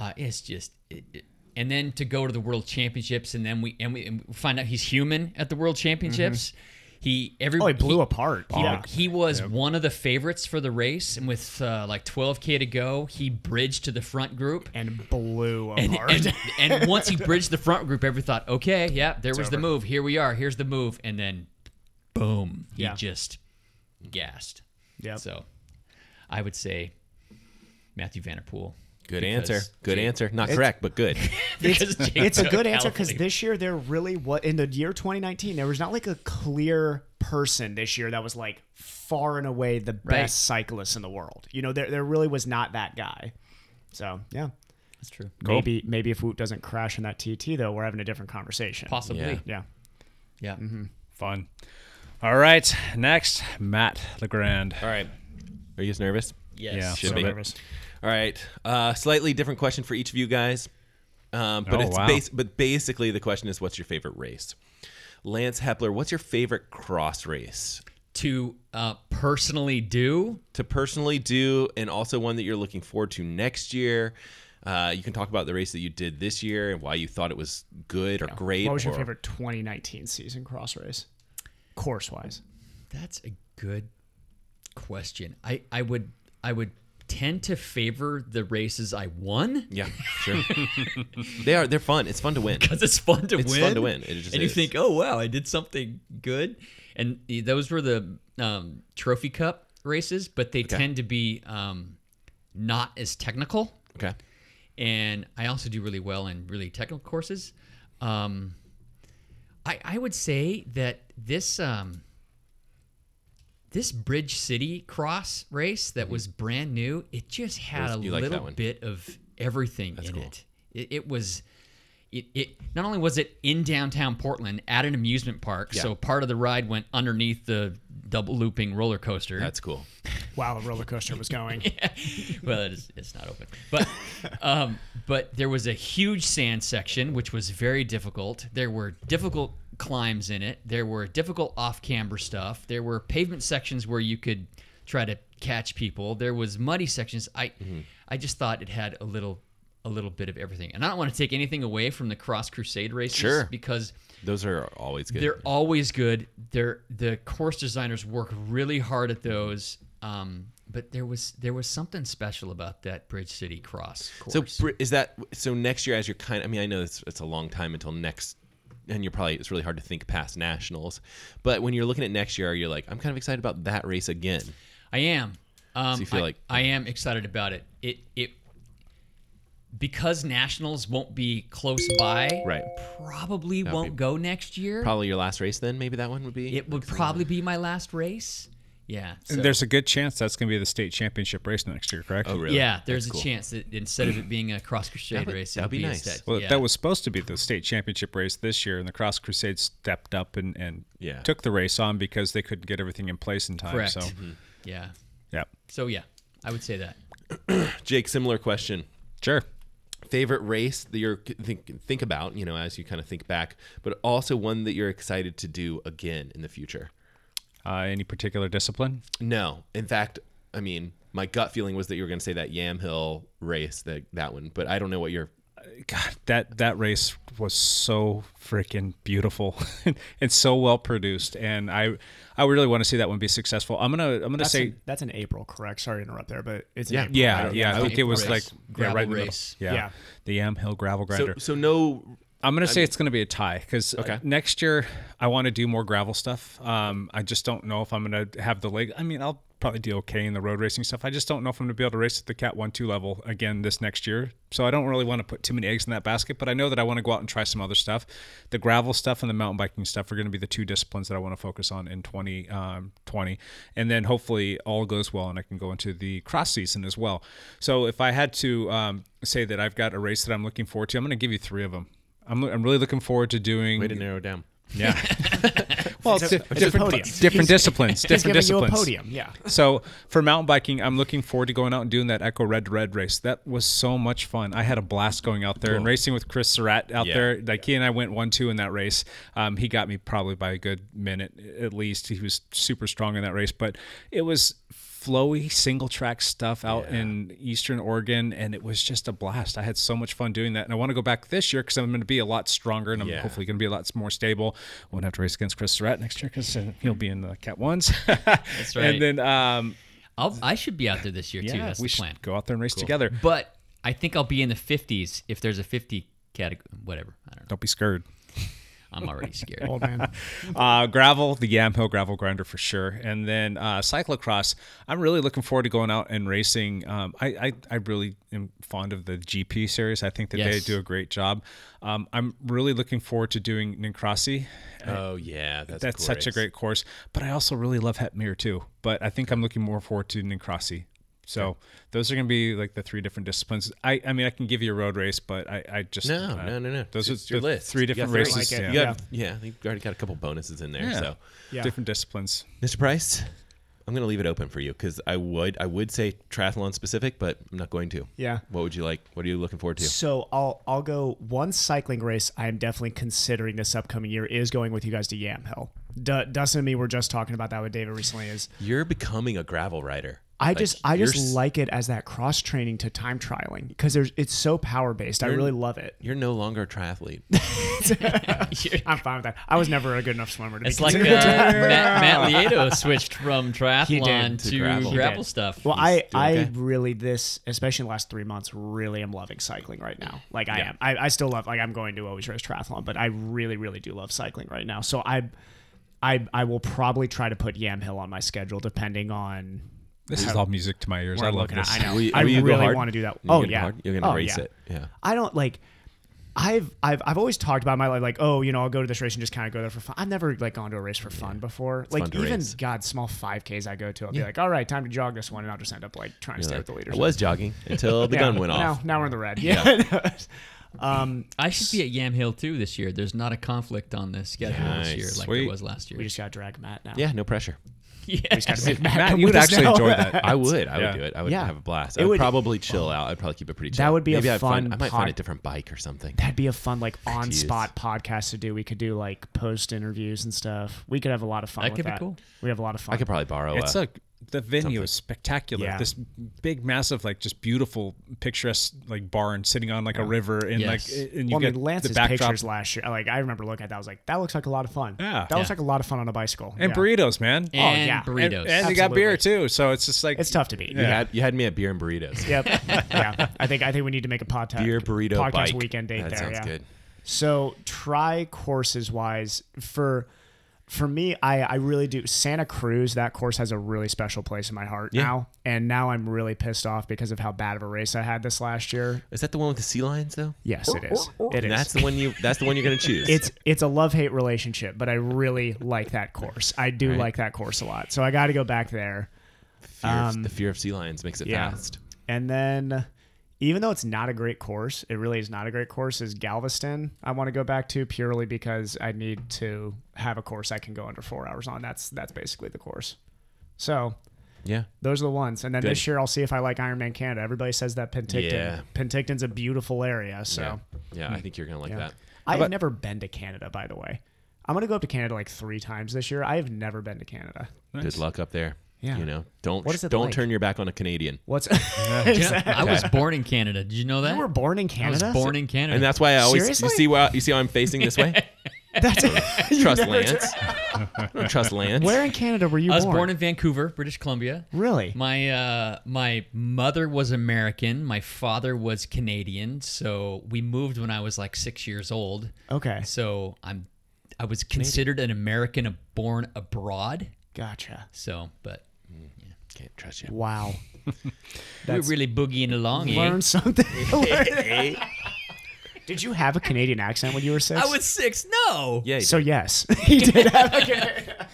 uh, it's just, it, it- and then to go to the World Championships, and then we and we, and we find out he's human at the World Championships. He every
Oh, he blew apart.
He,
Yeah.
he was one of the favorites for the race, and with uh, like 12k to go, he bridged to the front group
and blew
and,
apart.
and, and once he bridged the front group, everyone thought, okay, yeah, there was the move. Here we are. Here's the move. And then, boom, he
Yeah.
just gassed.
Yep.
So I would say Matthew Vanderpool.
Good
because
answer. Good
Jake-
answer. Not
It's-
correct, but good.
it's,
because Jake
it's a
took
good answer because
Alfie.
this year there really what in the year 2019 there was not like a clear person this year that was like far and away the best
Right.
cyclist in the world. You know, there there really was not that guy. So yeah,
That's true.
maybe maybe if Woot doesn't crash in that TT though, we're having a different conversation.
Possibly. Yeah.
Yeah.
Yeah. Mm-hmm.
Fun. All right, next Matt Legrand.
All right. Are you guys nervous?
Yes.
Yeah,
Should
so
be.
nervous.
All right. Uh, slightly different question for each of you guys. Um, but
Oh,
it's
wow.
bas- but basically the question is what's your favorite race? Lance Hepler, what's your favorite cross race
To uh, personally do,
to personally do and also one that you're looking forward to next year? Uh, you can talk about the race that you did this year and why you thought it was good or great.
What was your
or-
favorite 2019 season cross race, course wise?
that's a good question. I, I would I would tend to favor the races I won.
Yeah, sure. they are they're fun. It's fun to win.
because it's fun to
It's
win.
fun to win. It just
and you
is.
think, oh wow, I did something good. And the- those were the um, trophy cup races, but they tend to be um, not as technical.
Okay.
And I also do really well in really technical courses. Um, I I would say that this um, this Bridge City Cross race that was brand new, it just had
Mm-hmm. was-
a
you liked that
little
one.
bit of everything in
cool.
it. it. It was, it, it not only was it in downtown Portland at an amusement park, so part of the ride went underneath the double looping roller coaster.
That's cool.
While the roller coaster was going,
well, it is, it's not open, but um, but there was a huge sand section which was very difficult. There were difficult climbs in it. There were difficult off-camber stuff. There were pavement sections where you could try to catch people. There was muddy sections. I I just thought it had a little a little bit of everything, and I don't want to take anything away from the Cross Crusade races,
Sure.
because
Those are always good.
they're always good. They're the course designers work really hard at those. Um, but there was there was something special about that Bridge City Cross course.
So br- is that so next year as you're kind I mean I know it's, it's a long time until next and you're probably it's really hard to think past nationals. But when you're looking at next year you're like I'm kind of excited about that race again.
I am. Um,
you feel
I,
like-
I am excited about it. It it because nationals won't be close by.
Right.
Probably won't go next year.
Probably your last race then maybe that one would be.
it would probably be my last race. Yeah. so-
There's a good chance that's going to be the state championship race next year, correct?
Oh really?
Yeah, there's
That's
a
cool.
chance that instead of it being a cross crusade
That would-
race,
that
it'll
would be nice.
instead-
Well,
yeah.
that was supposed to be the state championship race this year, and the Cross Crusades stepped up and, and
Yeah.
took the race on because they couldn't get everything in place in time.
correct. Mm-hmm.
So,
Mm-hmm.
Yeah.
yeah,
So yeah, I would say that.
Jake similar question.
sure.
Favorite race that you're think think about, you know, as you kind of think back, but also one that you're excited to do again in the future.
Uh, any particular discipline?
No. In fact, I mean, my gut feeling was that you were going to say that Yamhill race, that that one, but I don't know what your
God, that that race was so freaking beautiful and so well produced, and I I really want to see that one be successful. I'm gonna I'm gonna
that's,
say
in, that's in April, correct? Sorry to interrupt there, but it's in
Yeah.
April.
yeah
I-
yeah. I,
I
think it was
race.
like yeah,
Gravel
right in the middle.
race.
Yeah.
Yeah.
the Yam Hill gravel
so
grinder.
so no
I'm gonna say it's gonna be a tie uh, because next year I want to do more gravel stuff. Um, I just don't know if I'm gonna have the leg. I mean, I'll probably do okay in the road racing stuff. I just don't know if I'm going to be able to race at the Cat 1 2 level again this next year. So I don't really want to put too many eggs in that basket, but I know that I want to go out and try some other stuff. The gravel stuff and the mountain biking stuff are going to be the two disciplines that I want to focus on in 2020. Um, 20. and then hopefully all goes well and I can go into the cross season as well. So if I had to um, say that I've got a race that I'm looking forward to, I'm going to give you three of them. I'm, I'm really looking forward to doing.
Way to narrow down.
Yeah. well,
It's
it's
a-
di-
it's a
different,
podium. He's-
different disciplines.
he's
Different
giving you a
disciplines.
podium, yeah.
So for mountain biking, I'm looking forward to going out and doing that Echo Red Red race. That was so much fun. I had a blast going out there and
Cool.
racing with Chris Surratt out
Yeah.
there. Like he and I went one two in that race. Um, he got me probably by a good minute at least. He was super strong in that race, but it was flowy single track stuff out in eastern oregon and it was just a blast i had so much fun doing that and i want to go back this year because i'm going to be a lot stronger and i'm
Yeah.
hopefully going to be a lot more stable i won't have to race against chris surratt next year because he'll be in the cat ones
That's
and then um,
I'll, I should be out there this year too.
yeah,
That's
we
the
should
plan.
go out there and race together.
But I think I'll be in the 50s if there's a 50 category. Whatever. I don't know.
Don't be scared.
I'm already scared.
Old Oh, man.
Uh, gravel, the Yamhill gravel grinder for sure, and then uh, cyclocross. I'm really looking forward to going out and racing. Um, I, I I really am fond of the GP series. I think that
Yes.
they do a great job. Um, I'm really looking forward to doing Nincrossi.
Oh yeah, that's,
That's such a
great.
great course, but I also really love Hetmere too. But I think I'm looking more forward to Nincrossi. So those are going to be like the three different disciplines. I, I mean, I can give you a road race, but I, I just
No,
uh,
no, no, no.
Those
It's
are
your
the
list.
three
You got
different
three.
races.
I like it.
yeah.
You got, yeah, I think you already got a couple bonuses in there.
Yeah.
So,
Yeah.
different disciplines.
Mr. Price, I'm going to leave it open for you because I would I would say triathlon specific, but I'm not going to.
Yeah.
What would you like? What are you looking forward to?
So I'll I'll go one cycling race. I am definitely considering this upcoming year is going with you guys to Yamhill. Du- Dustin and me were just talking about that with David recently. Is
You're becoming a gravel rider.
I
Like,
just I
you're
just
s-
like it as that cross training to time trialing because there's it's so power based. I really love it.
You're no longer a triathlete.
I'm fine with that. I was never a good enough swimmer to be
It's like uh,
considered a triathlete.
Matt, Matt Lieto switched from triathlon
did.
to,
To gravel. He
gravel
did.
stuff.
Well, I I
okay.
really this especially the last three months really am loving cycling right now. Like I
Yeah.
am. I, I still love like I'm going to always race triathlon, but I really really do love cycling right now. So I I I will probably try to put Yamhill on my schedule depending on.
This is all music to my ears. I
I'm
love
looking at.
this.
I know.
Will you-
I
will Oh, you go
really
hard?
want to do that.
You
Oh
gonna
yeah.
hard? You're gonna
Oh,
race
yeah.
it. Yeah.
I don't like. I've I've I've always talked about my life like oh you know I'll go to this race and just kind of go there for fun. I've never like gone to a race for fun before. like
fun to
even
race.
God small 5Ks I go to, I'll be like all right time to jog this one and I'll just end up like trying to stay
You're
with the
like,
leaders.
I was jogging until the gun went
now,
off.
Now we're in the red. Yeah. um,
I should be at Yamhill too this year. There's not a conflict on the schedule this
Nice.
year like
Sweet.
there was last year.
we just got to drag Matt now.
Yeah, no pressure.
Yes.
Matt,
come
you
with
would
us
actually
now.
enjoy that.
I would. I
Yeah.
would do it. I would
Yeah.
have a blast.
It
I would,
would- Oh.
probably chill out. I'd probably keep it pretty chill.
would be a
Maybe I'd find-
fun
I might
pod-
find a different bike or something.
That'd be a fun like on spot podcast to do. We could do like post interviews and stuff. We could have a lot of fun.
That
with
could be cool.
We have a lot of fun.
I could probably borrow.
It's
a,
like the venue is spectacular.
Yeah.
This big, massive, like just beautiful, picturesque, like barn sitting on like a river, and
Yes.
like and you
well, I
get
mean, Lance's
the backdrop
pictures last year. Like I remember looking at that. I was like, that looks like a lot of fun.
Yeah.
That looks like a lot of fun on a bicycle.
and
Yeah.
burritos, man.
and
yeah.
and,
burritos.
Oh, and they got
Absolutely.
beer too, so it's just like
It's tough to beat.
you,
Yeah.
had, you had me at beer and burritos.
Yep. yeah. I think I think we need to make a podcast.
Beer burrito
Uh, podcast
bike.
weekend date
that
there.
sounds
yeah.
good.
So try courses wise for for me, I, I really do Santa Cruz, that course has a really special place in my heart now. And now I'm really pissed off because of how bad of a race I had this last year.
Is that the one with the sea lions though?
Yes, it is. It is.
That's the one you. That's the one you're gonna choose.
it's it's a love hate relationship, but I really like that course. I do like that course a lot. So I gotta go back there.
fear of, the fear of sea lions makes it
um, yeah.
fast.
And then even though it's not a great course, it really is not a great course, is Galveston. I want to go back to purely because I need to have a course I can go under four hours on. That's that's basically the course. So
Yeah.
those are the ones. And then this year I'll see if I like Ironman Canada. Everybody says that Penticton.
Yeah.
Penticton's a beautiful area. So
Yeah. Yeah, I think you're gonna like that.
I've never been to Canada, by the way. I'm gonna go up to Canada like three times this year. I have never been to Canada.
Good luck up there.
Yeah.
You know, don't
What is it
don't
like?
turn your back on a Canadian.
What's
You know, I was born in Canada. Did you know that?
you were born in
I was
Canada?
born in Canada.
And that's why I always
Seriously?
you see why you see how I'm facing this way. that's trust Lance. I don't trust Lance.
Where in Canada were you
I was
born?
born in Vancouver, British Columbia.
Really?
My uh, my mother was American. My father was Canadian. So we moved when I was like six years old.
okay.
So I'm I was considered an American born abroad.
Gotcha.
So, but
Can't trust you.
Wow.
We're
That's-
really boogieing along, eh?
Learn something. Did you have a Canadian accent when you were six?
I was six. No.
Yeah.
So yes, he did have a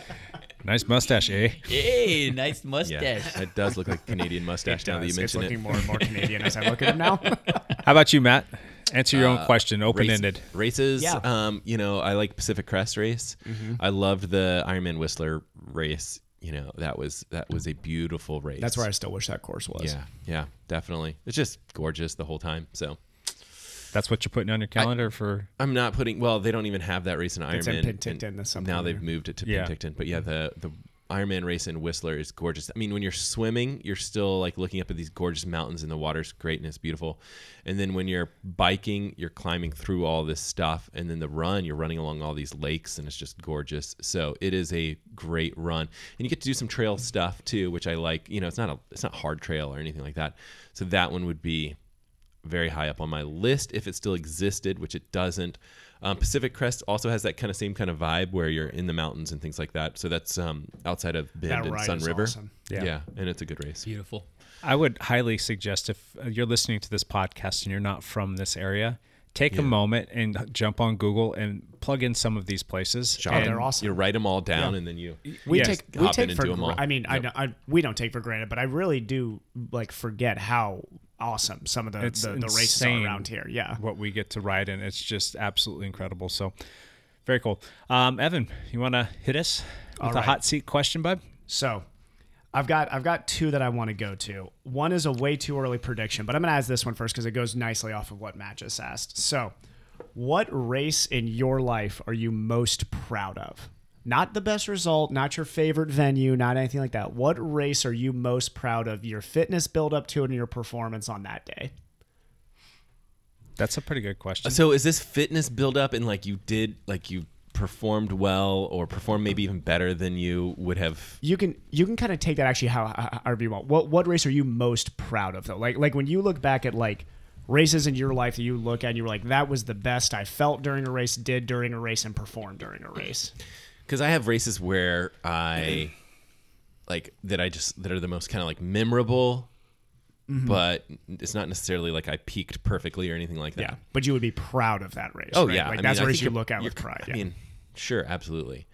Nice mustache, eh?
Hey, nice mustache.
Yeah, that does look like Canadian mustache now that you
It's
mention
looking
it.
more and more Canadian as I look at him now.
How about you, Matt? Answer your own question, open ended.
Race- races.
Yeah. Mm-hmm.
Um, you know, I like Pacific Crest race. I loved the Ironman Whistler race. You know, that was that was a beautiful race.
That's where I still wish that course was.
Yeah, yeah, definitely. It's just gorgeous the whole time. So
That's what you're putting on your calendar for.
I'm not putting. Well, they don't even have that race in Ironman.
It's in Penticton
and
this summer,
Now
yeah.
they've moved it to
Yeah.
Penticton. But yeah, the the Ironman race in Whistler is gorgeous. I mean, when you're swimming, you're still like looking up at these gorgeous mountains, and the water's great and it's beautiful. And then when you're biking, you're climbing through all this stuff, and then the run, you're running along all these lakes, and it's just gorgeous. So it is a great run, and you get to do some trail stuff too, which I like. You know, it's not a it's not hard trail or anything like that. So that one would be very high up on my list if it still existed, which it doesn't. Um, Pacific Crest also has that kind of same kind of vibe where you're in the mountains and things like that. So that's um, outside of Bend
That
and
ride
Sun
is
River.
awesome.
Yeah. and it's a good race.
Beautiful.
I would highly suggest if uh, you're listening to this podcast and you're not from this area, take a moment and jump on Google and plug in some of these places.
Shot
And
Oh, they're awesome.
You write them all down and then you.
We
Yes,
take we
hop
take
in and
for
do 'em
gra-
all.
I mean, I, don't- I we don't take for granted, but I really do like forget how awesome some of the
It's
the, the races
insane
are around here. Yeah.
what we get to ride in. It's just absolutely incredible. So very cool. Um, Evan, you want to hit us with a
right.
hot seat question, bud?
So, I've got I've got two that I want to go to. One is a way too early prediction, but I'm going to ask this one first because it goes nicely off of what Matt just asked. So, what race in your life are you most proud of? Not the best result, not your favorite venue, not anything like that. What race are you most proud of? Your fitness build up to it and your performance on that day.
That's a pretty good question.
Uh, So is this fitness build up and like you did, like you performed well or performed maybe even better than you would have?
You can you can kind of take that actually how how- however you want. What what race are you most proud of though? Like like when you look back at like races in your life that you look at and you were like that was the best I felt during a race, did during a race, and performed during a race.
Because I have races where I, like, that I just, that are the most kind of like memorable.
Mm-hmm.
But it's not necessarily like I peaked perfectly or anything like that.
but you would be proud of that race.
Oh
right?
yeah,
like
I
that's
mean, I
a race
think
you
you're-
look at with
you're-
pride.
I
yeah.
mean, sure, absolutely.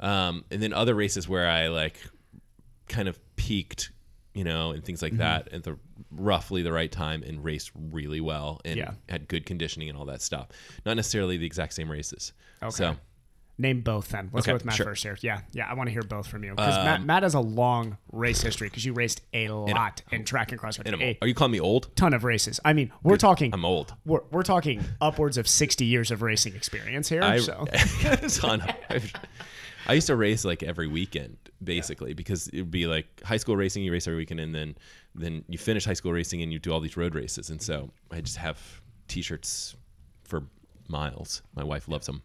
Um, and then other races where I like kind of peaked, you know, and things like
Mm-hmm.
that at the roughly the right time and raced really well and
Yeah.
had good conditioning and all that stuff. Not necessarily the exact same races.
Okay.
So
Name both then. Let's
Okay,
go with Matt
sure. Um,
first here. Yeah, yeah. I want to hear both from you because Matt, Matt has a long race history because you raced a lot in track and cross country.
and I'm-
a
are you calling me old?
ton of races. I mean, we're talking.
I'm old.
We're, we're talking upwards of sixty years of racing experience here.
I,
so
ton of- I've- I used to race like every weekend, basically, because it would be like high school racing. You race every weekend, and then then you finish high school racing, and you do all these road races. And so I just have t-shirts for miles. My wife loves them.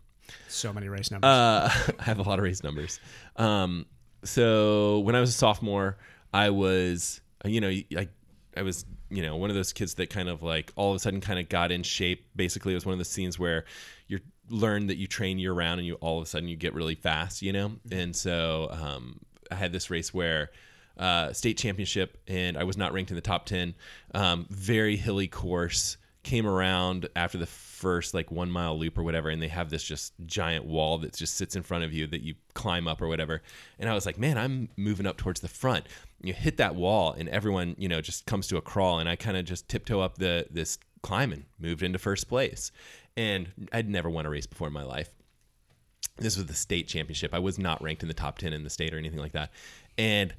So many race numbers.
Uh, I have a lot of race numbers. Um, so when I was a sophomore, I was, you know, I, I was, you know, one of those kids that kind of like all of a sudden kind of got in shape. Basically, it was one of the scenes where you learn that you train year round and you all of a sudden you get really fast, you know? And so um, I had this race where uh, state championship and I was not ranked in the top 10. Um, very hilly course came around after the first like one mile loop or whatever and they have this just giant wall that just sits in front of you that you climb up or whatever and i was like man i'm moving up towards the front you hit that wall and everyone you know just comes to a crawl and i kind of just tiptoe up the this climb and moved into first place and i'd never won a race before in my life this was the state championship. I was not ranked in the top 10 in the state or anything like that. And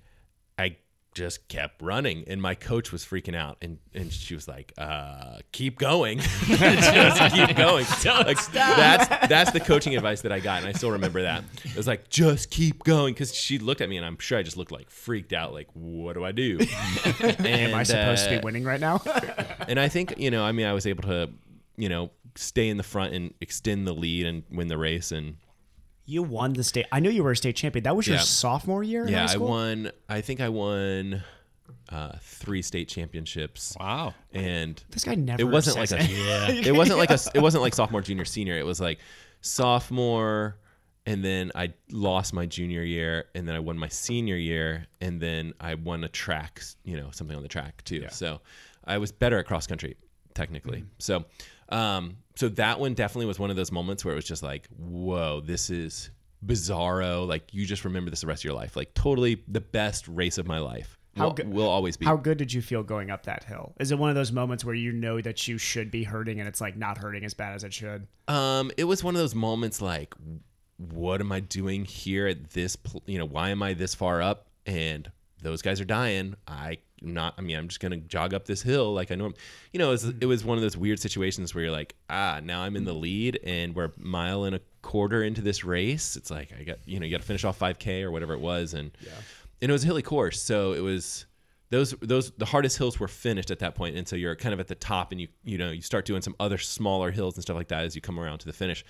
I just kept running and my coach was freaking out and, and she was like, uh, keep going. just keep going. Like, That's that's the coaching advice that I got and I still remember that. It was like, just keep going. Cause she looked at me and I'm sure I just looked like freaked out, like, what do I do? and, uh,
Am I supposed to be winning right now?
and I think you know, I mean, I was able to, you know, stay in the front and extend the lead and win the race. And
you won the state. I knew you were a state champion. That was your
Yeah.
sophomore year. in
yeah,
high
I
school?
won. I think I won uh, three state championships.
Wow.
And
This guy never.
it wasn't like
says
a
anything.
it wasn't like a it wasn't like sophomore, junior, senior. It was like sophomore, and then I lost my junior year, and then I won my senior year, and then I won a track, you know, something on the track too. So I was better at cross country technically.
Mm-hmm.
So, um, so that one definitely was one of those moments where it was just like, whoa, this is bizarro. Like you just remember this the rest of your life. Like totally the best race of my life.
How
will,
good-
will always be.
How good did you feel going up that hill? Is it one of those moments where you know that you should be hurting and it's like not hurting as bad as it should?
Um, it was one of those moments like, what am I doing here at this? Pl- you know, why am I this far up? And those guys are dying. I not. I mean, I'm just gonna jog up this hill like I norm. You know, it was, it was one of those weird situations where you're like, ah, now I'm in the lead, and we're a mile and a quarter into this race. It's like I got you know you got to finish off 5K or whatever it was, and and it was a hilly course, so it was those those the hardest hills were finished at that point and so you're kind of at the top and you you know you start doing some other smaller hills and stuff like that as you come around to the finish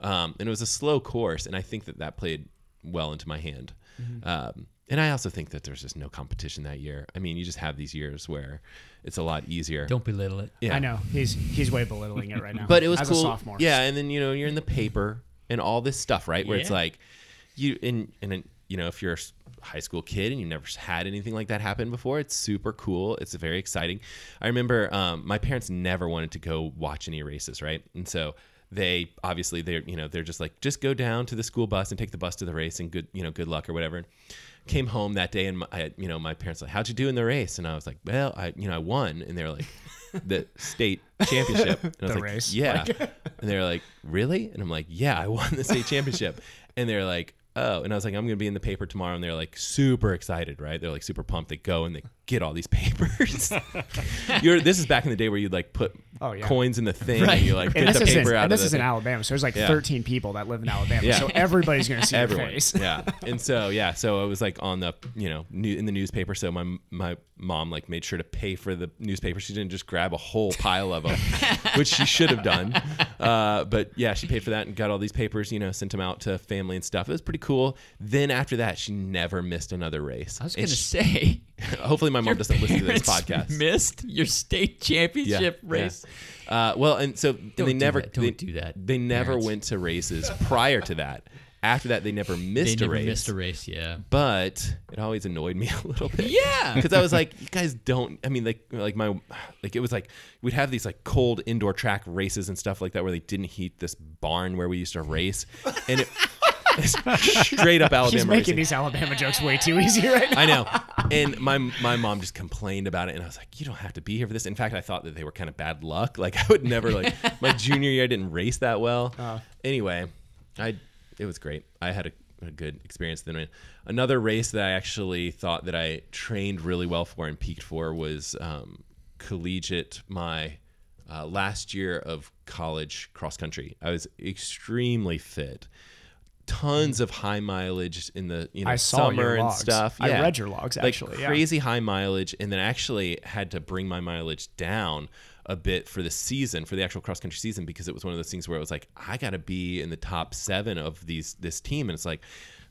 um, and it was a slow course and i think that that played well into my hand
Mm-hmm.
um, and i also think that there's just no competition that year i mean you just have these years where it's a lot easier
Don't belittle it.
yeah
I know he's he's way belittling it right now.
but it was
as
cool
a sophomore.
yeah and then you know you're in the paper and all this stuff right where it's
Yeah.
like you and and then, you know if you're a s- high school kid and you never had anything like that happen before it's super cool it's very exciting i remember um, my parents never wanted to go watch any races right and so they obviously they're you know they're just like just go down to the school bus and take the bus to the race and good you know good luck or whatever came home that day and my, I, you know my parents were like how'd you do in the race and i was like well i you know i won and they were like the state championship and i was
The
like
race?
yeah and they're like, "Really?" And I'm like, "Yeah, I won the state championship." and they're like, "Oh," and I was like, "I'm gonna be in the paper tomorrow." And they're like, super excited, right? They're like super pumped. They go and they get all these papers. You're this is back in the day where you'd like put
Oh, yeah.
coins in the thing and you like get
And this
the
is in,
paper out.
and
of
this
the
is in
thing.
Alabama, so there's like
Yeah.
13 people that live in Alabama,
Yeah.
so everybody's gonna see your
Everyone,
face.
yeah, and so yeah, so I was like on the you know new, in the newspaper. So my my mom like made sure to pay for the newspaper. She didn't just grab a whole pile of them, which she should have done. Uh, but yeah, she paid for that and got all these papers. You know, sent them out to family and stuff. It was pretty cool. Then after that, she never missed another race.
I was
And
gonna
she-
say
hopefully my mom
your
doesn't listen to this
parents
podcast.
Missed your state championship race.
yeah. Uh, well, and so and
Don't
they
do
never
that. Don't
they,
do that,
They never
parents.
went to races prior to that. After that, they never
They
missed
never
a race.
missed a race. Yeah.
but it always annoyed me a little bit.
Yeah.
because I was like, you guys don't. I mean, like, like my, like it was like we'd have these like cold indoor track races and stuff like that where they didn't heat this barn where we used to race, and it it's straight up Alabama.
He's making
racing.
these Alabama jokes way too easy right now.
I know. And my my mom just complained about it, and I was like, "You don't have to be here for this." In fact, I thought that they were kind of bad luck. Like I would never like my junior year, I didn't race that well. anyway, I it was great. I had a, a good experience. Then another race that I actually thought that I trained really well for and peaked for was um, collegiate. My uh, last year of college cross country, I was extremely fit. Tons of high mileage in the you know
I saw your
summer and
logs.
stuff.
I read your logs, actually,
Like
yeah.
crazy high mileage, and then I actually had to bring my mileage down a bit for the season, for the actual cross country season, because it was one of those things where it was like I got to be in the top seven of these this team, and it's like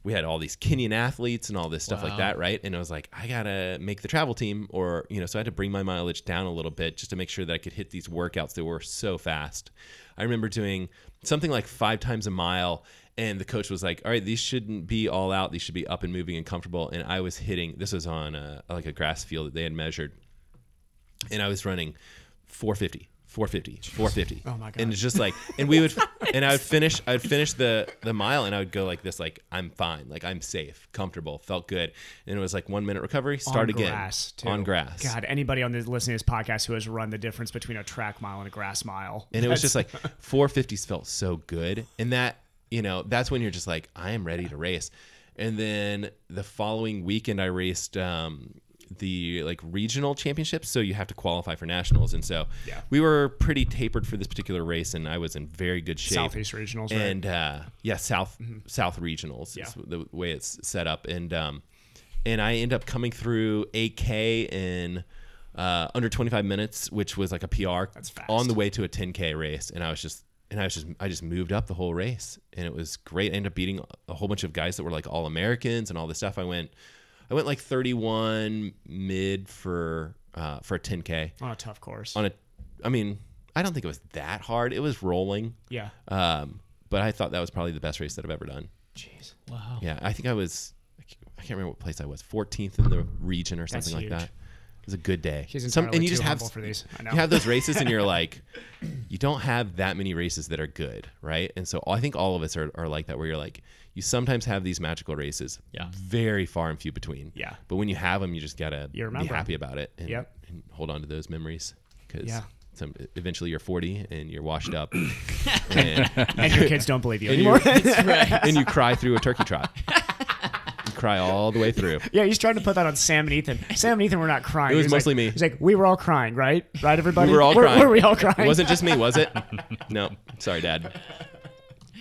we had all these Kenyan athletes and all this stuff like that, right? And I was like, I gotta make the travel team, or you know, so I had to bring my mileage down a little bit just to make sure that I could hit these workouts that were so fast. I remember doing something like five times a mile and the coach was like, "All right, these shouldn't be all out. These should be up and moving and comfortable." And I was hitting. This was on a, like a grass field that they had measured, and I was running 450, 450, 450. Oh
my God.
And it's just like, and we would, and I would finish. I would finish the the mile, and I would go like this, like I'm fine, like I'm safe, comfortable, felt good. And it was like one minute recovery, start
on
again
grass, too.
on grass.
God, anybody on this listening to this podcast who has run the difference between a track mile and a grass mile,
And it was
That's-
just like 450s felt so good. And that, you know, that's when you're just like, I am ready to race. And then the following weekend, I raced um, the like regional championships. So you have to qualify for nationals. And so we were pretty tapered for this particular race. And I was in very good shape.
Southeast regionals, right?
And uh, yeah, South, South regionals is the way it's set up. And, um, and I end up coming through AK in uh, under 25 minutes, which was like a PR on the way to a 10k race, and I was just and I was just I just moved up the whole race, and it was great. I ended up beating a whole bunch of guys that were like all Americans and all this stuff. I went I went like 31 mid for uh, for a 10k
on a tough course.
on a I mean I don't think it was that hard. It was rolling,
yeah,
Uh, um, but I thought that was probably the best race that I've ever done.
Jeez.
Wow.
Yeah, I think I was. I can't- I can't remember what place I was. 14th in the region or
That's
something like
huge.
that. It was a good day.
She's entirely
and you
too
just have
humble for these. I know.
you have those races, and you're like, you don't have that many races that are good, right? And so I think all of us are, are like that, where you're like, you sometimes have these magical races,
Yeah.
very far and few between,
Yeah.
But when you have them, you just gotta
You
be
remember 'em.
happy about it, and,
Yep.
and hold on to those memories, because
Yeah.
some e-, eventually you're 40 and you're washed up, and,
And your kids don't believe you
and you
anymore.
and you cry through a turkey trot. you cry all the way through.
yeah, he's trying to put that on Sam and Ethan. Sam and Ethan were not crying.
It was
He's
mostly
like,
me.
He's like, we were all crying, right? Right, everybody.
We were all
Were-
crying.
Were we all crying?
It wasn't just me, was it? no. Sorry, Dad.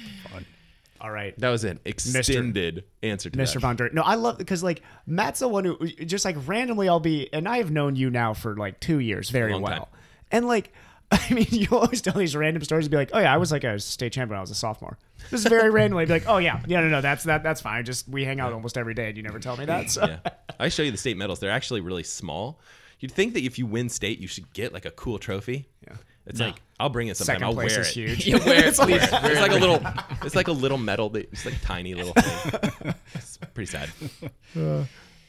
All right.
That was an extended answer to
Mr.
that.
Von Dre. No, I love because like Matt's the one who just like randomly I'll be and I have known you now for like two years very
Long
well.
time.
And like I mean, you always tell these random stories and be like, Oh yeah, I was like a state champ when I was a sophomore. Just very randomly be like, Oh yeah, yeah, no, no, that's that that's fine. Just we hang out almost every day and you never tell me that. So
yeah. I show you the state medals. They're actually really small. You'd think that if you win state, you should get like a cool trophy. Yeah. It's like I'll bring it sometime.
second
I'll
place
wear
is
it.
huge.
Yeah, where it's
Wear it. It's like a little. It's like a little medal. That, it's like tiny little thing. It's pretty sad.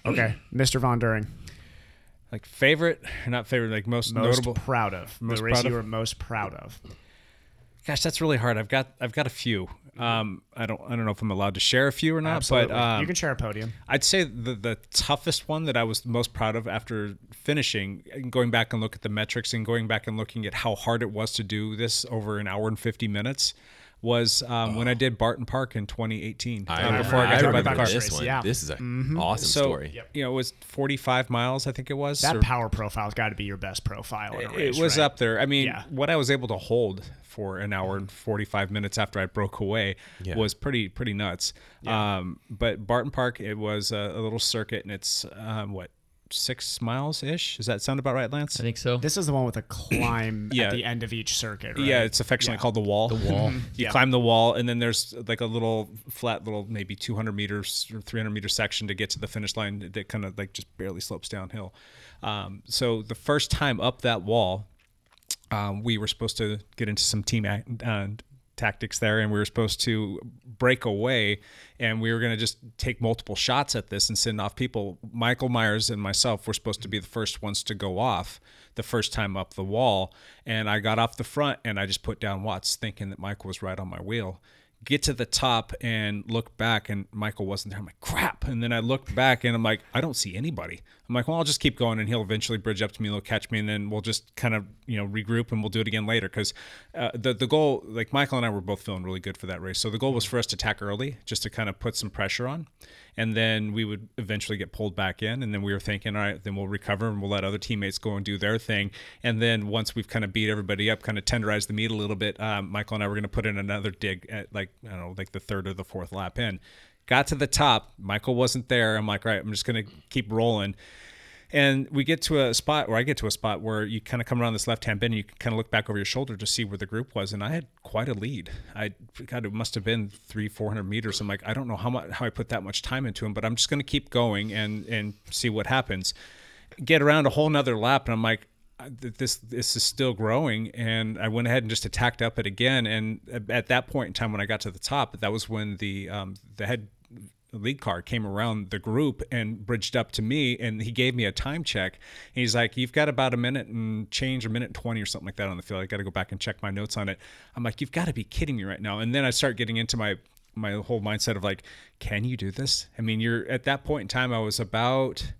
okay. Mr. Von During.
Like favorite, not favorite, like most,
Most
notable.
proud of.
most
the race
proud
you
of?
were most proud of.
Gosh, that's really hard. I've got I've got a few. Um, I don't I don't know if I'm allowed to share a few or not,
Absolutely.
but um,
you can share a podium.
I'd say the the toughest one that I was most proud of after finishing, and going back and look at the metrics and going back and looking at how hard it was to do this over an hour and fifty minutes, was um, when I did Barton Park in 2018. uh, before I got hit by
remember
the car.
this one.
Yeah. Mm-hmm.
This is an awesome
So
story.
you know, it was 45 miles, I think it was.
That
or-
power profile's got to be your best profile. In a race,
it was
right?
up there. I mean,
Yeah.
what I was able to hold for an hour and 45 minutes after I broke away was pretty pretty nuts. Um, but Barton Park, it was a, a little circuit, and it's um, what six miles ish. Does that sound about right, Lance?
I think so.
This is the one with a climb
Yeah.
at the end of each circuit, right?
Yeah, it's affectionately called the wall. The wall. you
Yeah.
climb the wall, and then there's like a little flat, little maybe 200 meters or 300 meter section to get to the finish line that kind of like just barely slopes downhill. Um, so the first time up that wall, um, we were supposed to get into some team act, uh, tactics there, and we were supposed to break away, and we were going to just take multiple shots at this and send off people. Michael Myers and myself were supposed to be the first ones to go off the first time up the wall, and I got off the front and I just put down Watts, thinking that Michael was right on my wheel. Get to the top and look back, and Michael wasn't there. I'm like, crap. And then I looked back and I'm like, I don't see anybody. I'm like, well, I'll just keep going and he'll eventually bridge up to me and he'll catch me. And then we'll just kind of, you know, regroup and we'll do it again later. Cause uh, the, the goal, like Michael and I were both feeling really good for that race. So the goal was for us to attack early just to kind of put some pressure on. And then we would eventually get pulled back in. And then we were thinking, all right, then we'll recover and we'll let other teammates go and do their thing. And then once we've kind of beat everybody up, kind of tenderized the meat a little bit, um, Michael and I were going to put in another dig at like, I don't know, like the third or the fourth lap in. Got to the top. Michael wasn't there. I'm like, all right, I'm just going to keep rolling. And we get to a spot where I get to a spot where you kind of come around this left hand bend and you can kind of look back over your shoulder to see where the group was. And I had quite a lead. I, God, it must have been three, 400 meters. I'm like, I don't know how much, how I put that much time into him, but I'm just going to keep going and, and see what happens. Get around a whole nother lap. And I'm like, I- th- this this is still growing and i went ahead and just attacked up it again and at- at that point in time when i got to the top that was when the um the head lead car came around the group and bridged up to me and he gave me a time check and he's like you've got about a minute and change a minute and 20 or something like that on the field i got to go back and check my notes on it i'm like you've got to be kidding me right now and then i start getting into my my whole mindset of like can you do this i mean you're at that point in time i was about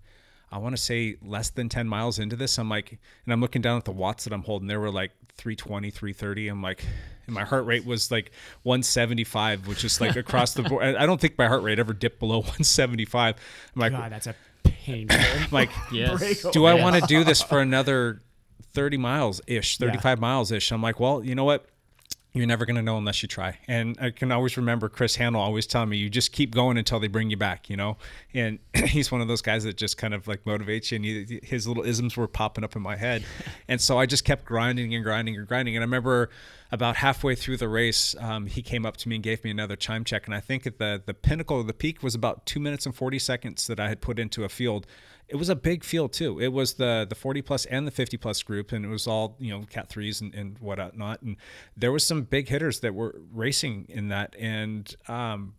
I want to say less than 10 miles into this. I'm like, and I'm looking down at the watts that I'm holding. There were like 320, 330. I'm like, and my heart rate was like 175, which is like across the board. I I don't think my heart rate ever dipped below 175. I'm like,
God, Ah, that's a painful.
I'm like,
Yes.
do I
Yes.
want to do this for another 30 miles ish, 35 miles ish? I'm like, well, you know what? You're never going to know unless you try. And I can always remember Chris Handel always telling me, you just keep going until they bring you back, you know? And he's one of those guys that just kind of like motivates you. And he, his little isms were popping up in my head. And so I just kept grinding and grinding and grinding. And I remember about halfway through the race, um, he came up to me and gave me another chime check. And I think at the, the pinnacle of the peak was about two minutes and 40 seconds that I had put into a field it was a big field too. It was the the 40 plus and the 50 plus group, and it was all you know cat threes and and whatnot. And there was some big hitters that were racing in that, and um,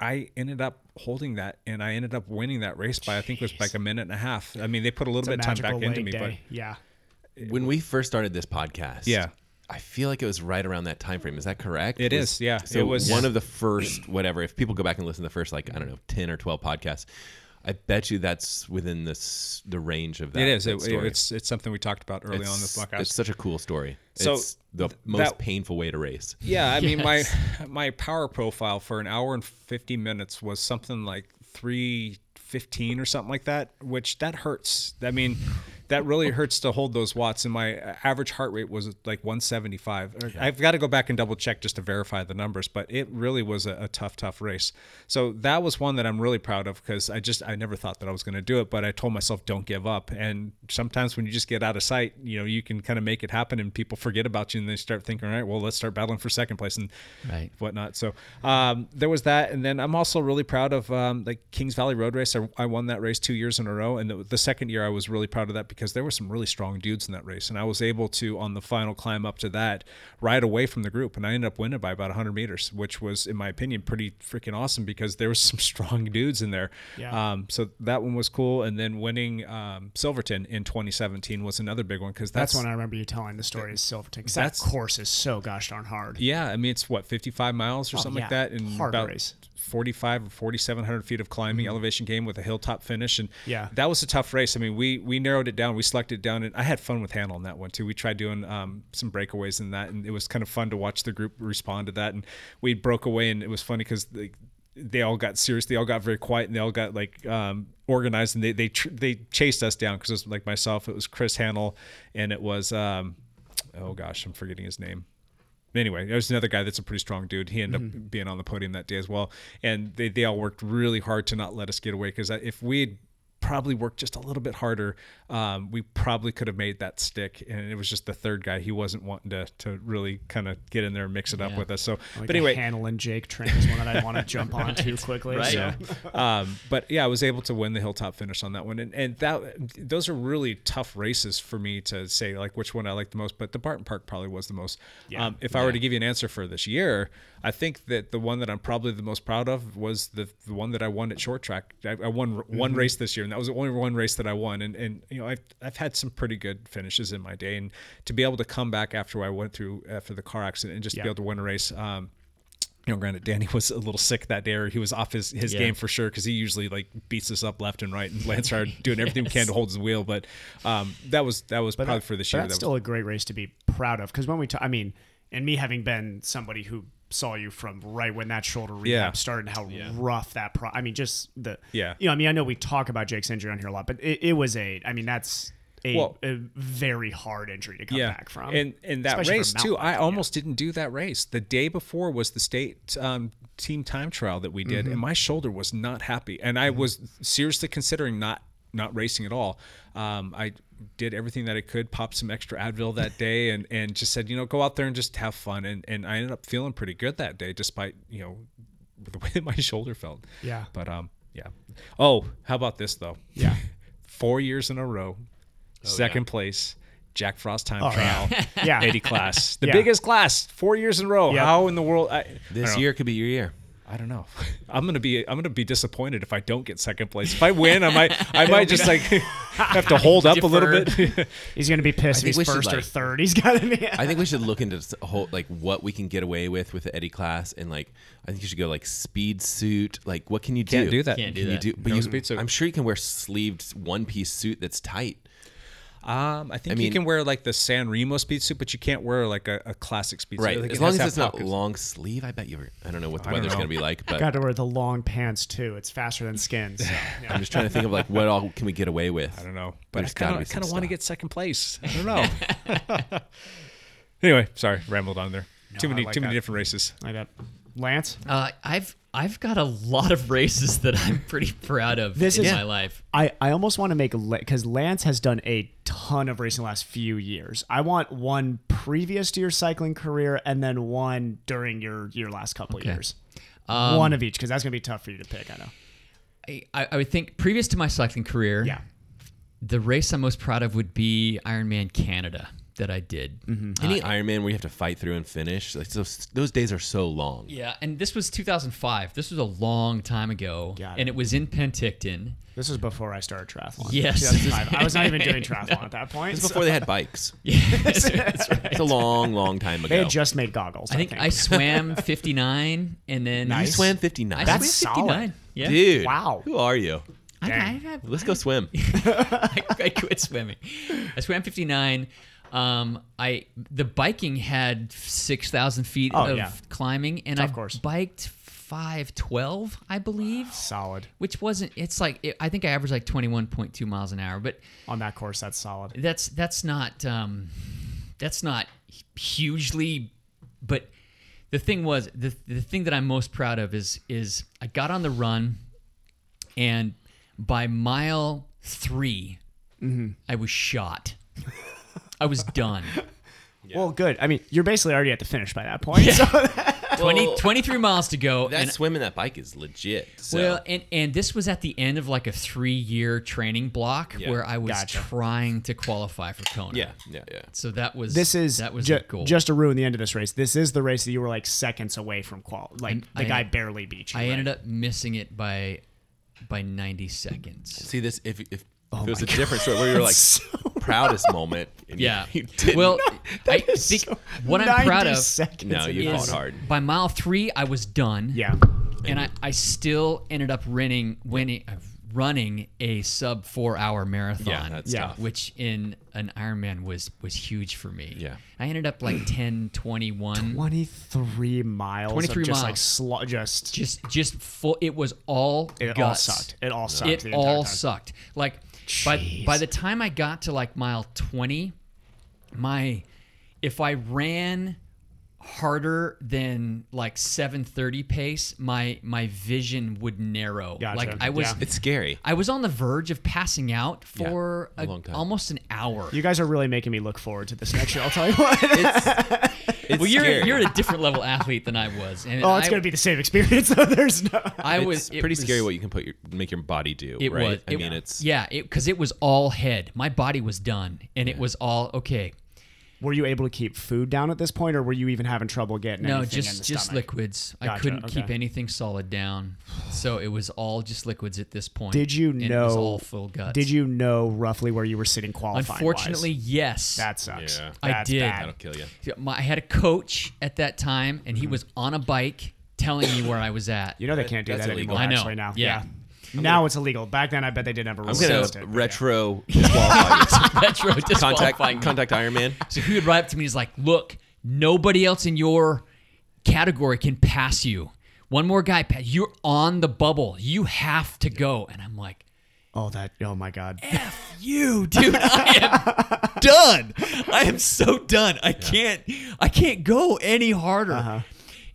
I ended up holding that, and I ended up winning that race by I think it was like a minute and a half. I mean, they put a little
It's a
bit of time
magical
back into
leg
me,
day. yeah.
When we first started this podcast,
Yeah.
I feel like it was right around that time frame. Is that correct? It
It
is.
is, yeah.
So
It was-
one of the first, whatever. If people go back and listen to the first, like I don't know, ten or twelve podcasts, I bet you that's within the s- the range of
but
that.
it is.
that
It,
story.
it's it's something we talked about early
it's,
on in this podcast.
It's such a cool story.
So,
it's the
th-
most
that-
painful way to race.
Yeah, I mean
Yes.
my my power profile for an hour and 50 minutes was something like 315 or something like that, which that hurts. I mean, that really hurts to hold those watts and my uh, average heart rate was like 175. Or- I've got to go back and double check just to verify the numbers, but it really was a, a tough tough race. So that was one that I'm really proud of cuz I just I never thought that I was going to do it, but I told myself don't give up. And sometimes when you just get out of sight, you know, you can kind of make it happen and people forget about you and they start thinking, all right, well, let's start battling for second place and
Right.
whatnot. So um, there was that. And then I'm also really proud of um, like Kings Valley Road Race. I, I won that race two years in a row. And the, the second year, I was really proud of that because there were some really strong dudes in that race. And I was able to, on the final climb up to that, ride away from the group. And I ended up winning by about 100 meters, which was, in my opinion, pretty freaking awesome because there was some strong dudes in there.
Yeah.
Um, so that one was cool. And then winning um, Silverton in 2017 was another big one because
That's,
that's,
when I remember you telling the story is Silverton. 'cause
That's-
That course is so gosh darn hard.
Yeah, I mean it's what fifty five miles or
Oh,
something like
yeah.
that, and
Hard
about
race. Mm-hmm.
forty five or forty seven hundred feet of climbing elevation game with a hilltop finish, and
Yeah.
that was a tough race. I mean, we we narrowed it down, we selected it down, and I had fun with Hannah on that one too. We tried doing um, some breakaways in that, and it was kind of fun to watch the group respond to that, and we broke away, and it was funny because they, they all got serious, they all got very quiet, and they all got like. Um, organized and they they, tr- they chased us down because it was like myself it was chris hannell and it was um oh gosh i'm forgetting his name anyway, there's another guy that's a pretty strong dude. He ended up being on the podium that day as well. And they, they all worked really hard to not let us get away because if we had probably worked just a little bit harder, um, we probably could have made that stick. And it was just the third guy. He wasn't wanting to, to really kind of get in there and mix it up with us. So,
Like
but anyway,
Hannel and Jake train is one that I want to jump onto quickly.
Right.
So.
um, but yeah, I was able to win the hilltop finish on that one, and and that those are really tough races for me to say like which one I like the most. But the Barton Park probably was the most. Um, if I were to give you an answer for this year, I think that the one that I'm probably the most proud of was the, the one that I won at short track. I, I won r one race this year, and that was the only one race that I won. And and you know I've I've had some pretty good finishes in my day, and to be able to come back after I went through after the car accident and just to be
Yeah.
able to win a race. Um, you know, granted, Danny was a little sick that day, or he was off his, his game for sure because he usually like beats us up left and right, and Lance are doing everything we can to hold his wheel. But um, that was that was probably
that-
for this
but
year.
That's
that
still
was,
a great race to be proud of because when we, ta- I mean, and me having been somebody who saw you from right when that shoulder rehab
Yeah.
started, and how rough that pro. I mean, just the
Yeah.
You know, I mean, I know we talk about Jake's injury on here a lot, but it, it was a. I mean, that's a,
Well-
a very hard injury to come back from.
And and that
Especially for
race
mountain
too. I
biking, yeah.
almost didn't do that race. The day before was the state um, team time trial that we did,
Mm-hmm.
and my shoulder was not happy, and I was seriously considering not not racing at all. Um, I did everything that I could, popped some extra Advil that day, and and just said, you know, go out there and just have fun. And and I ended up feeling pretty good that day, despite you know the way that my shoulder felt.
Yeah.
But um, yeah. Oh, how about this though?
Yeah.
Four years in a row, second place. Jack Frost time
Oh, yeah.
trial.
Yeah.
80 class. The
Yeah.
biggest class, four years in a row.
Yep.
How in the world? I, I
This
don't-
year could be your year.
I don't know. I'm gonna be I'm gonna be disappointed if I don't get second place. If I win, I might I might just like have to hold up a little bit.
he's gonna be pissed
think
if
we
he's
should,
first or
like-
third. He's got to be.
I think we should look into s- whole, like what we can get away with with the Eddie class, and like I think you should go like speed suit. Like what can you do?
Can't do that.
Can't do
Can
that.
You do, but
No
you,
speed suit.
I'm sure you can wear sleeved one piece suit that's tight.
Um, I think
mean-
you can wear like the San Remo speed suit, but you can't wear like a, a classic speed
Right.
suit. Like,
as
it
long
has
as
to have
it's not
pockets.
long sleeve, I bet you. Were, I don't know what the
don't
weather's
know.
going to be like, but
Got to wear the long pants too. It's faster than skins. So, yeah.
uh, I'm just trying to think of like what all can we get away with.
I don't know, but
There's
I kind
gotta
of
be
I
some
kind of want to
stuff.
get second place. I don't know. anyway, sorry, rambled on there. too
I
many
like
too many
that.
different races.
like that. Lance,
Uh, I've I've got a lot of races that I'm pretty proud of
This
in
is-
my life.
I, I almost want to make because Lance has done a ton of racing the last few years. I want one previous to your cycling career and then one during your your last couple years.
Um,
one of each because that's gonna be tough for you to pick. I know.
I, I would think previous to my cycling career,
Yeah.
the race I'm most proud of would be Ironman Canada. that I did.
Mm-hmm.
Any
Uh,
Iron Man where you have to fight through and finish, like those those days are so long.
yeah, and this was 2005. This was a long time ago,
Got
and it was in Penticton.
This was before I started triathlon.
Yes.
2005. I was not even doing triathlon at that point.
It's
so-
before they had bikes.
Yes, that's right.
It's a long, long time ago.
They had just made goggles.
I think I swam 59, and then
you
Nice.
swam 59.
I
That's
swam
solid.
59. Yeah,
Dude.
Wow.
Who are you?
I,
Dang.
I- I-
Let's go swim.
I, I quit swimming. I swam 59. Um, I the biking had 6,000 feet
Oh,
of
yeah.
climbing, and
Tough
I
course.
biked 512, I believe,
solid
which wasn't. It's like it, I think I averaged like 21.2 miles an hour, but
on that course. That's solid.
that's that's not um, that's not hugely but the thing was the, the thing that i'm most proud of is is i got on the run and by mile 3
Mm-hmm.
i was shot i was done
Well, good. I mean, you're basically already at the finish by that point. so-
20, 23 miles to go
That
and
swim and that bike is legit. So.
Well, and, and this was at the end of like a three year training block
Yeah,
where I was
gotcha.
trying to qualify for Kona.
yeah, yeah, yeah.
So that was
this is
that was
ju-
the goal.
just to ruin the end of this race. This is the race that you were like seconds away from qual. Like the
I-
guy barely beat you.
I ended up missing it by by 90 seconds.
See this if if,
Oh
if it was a different story where you're like proudest moment. And you-
Yeah.
You, did
well,
not-
I think what I'm proud of
Seconds
No, you
is-
fought hard.
by mile 3 I was done.
Yeah.
And I, I still ended up running winning uh, running a sub 4 hour marathon.
Yeah, that's
Yeah.
tough.
Which in an Ironman was was huge for me.
Yeah.
I ended up like 10 21
Twenty three miles.
23
of just like
miles.
slo- just
just just full it was all
it all
guts.
sucked. It all sucked. the
it
entire
all
time.
sucked. Like by by the time I got to like mile twenty, my if I ran harder than like seven thirty pace, my my vision would narrow.
Gotcha.
Like I was
Yeah.
It's scary.
I was on the verge of passing out for
a
a-
long time.
almost an hour.
You guys are really making me look forward to this next year. I'll tell you what.
It's
well, you're
scary.
you're a different level athlete than I was, and
Oh, it's
I,
gonna be the same experience. Though. There's no.
I
it's
was it
pretty
was-
scary what you can put your make your body do.
It
right?
was.
I
it-
mean, it's
yeah, because it, was all head. My body was done, and it was all okay.
Were you able to keep food down at this point, or were you even having trouble getting
No,
anything
just
in the
just
stomach?
liquids. I
Gotcha,
couldn't keep
okay.
anything solid down, so it was all just liquids at this point.
Did you
and
know?
It was all full guts.
Did you know roughly where you were sitting qualifying?
Unfortunately, yes.
that sucks.
Yeah.
I
That's
did.
bad.
that'll kill you.
my, I had a coach at that time, and he was on a bike telling me where I was at.
Mm-hmm. You know they can't do
That's
that
illegal.
I
anymore.
know.
Actually now,
Yeah.
yeah. Now it's illegal. Back then, I bet they didn't have a rule
I'm gonna
against it, but yeah.
retro qualify. you.
Metro
contact
disqualifying.
contact Iron Man.
So he would write up to me. He's like, "Look, nobody else in your category can pass you. One more guy, Pat. You're on the bubble. You have to go." And I'm like,
Oh, that. Oh my God.
"You, dude, I am done. I am so done. I can't. I can't go any harder."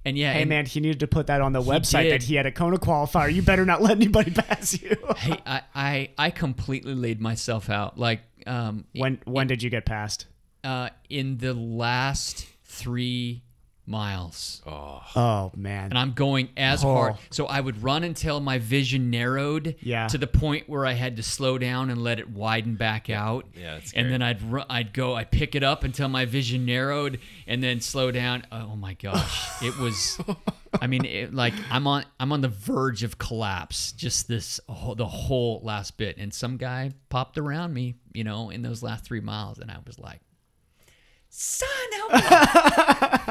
And yeah,
Uh-huh. Hey
and
man, he needed to put that on the website
did.
that he had a Kona qualifier. You better not let anybody pass you.
hey, I, I, I completely laid myself out. Like, um,
when when did you get passed?
uh, in the last three miles.
Oh man.
and I'm going as
Oh.
hard. So I would run until my vision narrowed
Yeah.
to the point where I had to slow down and let it widen back out.
Yeah, that's
and then I'd ru- I'd go, I'd pick it up until my vision narrowed and then slow down. Oh my gosh. it was I mean, it, like I'm on I'm on the verge of collapse just this whole, the whole last bit and some guy popped around me, you know, in those last 3 miles and I was like Son of a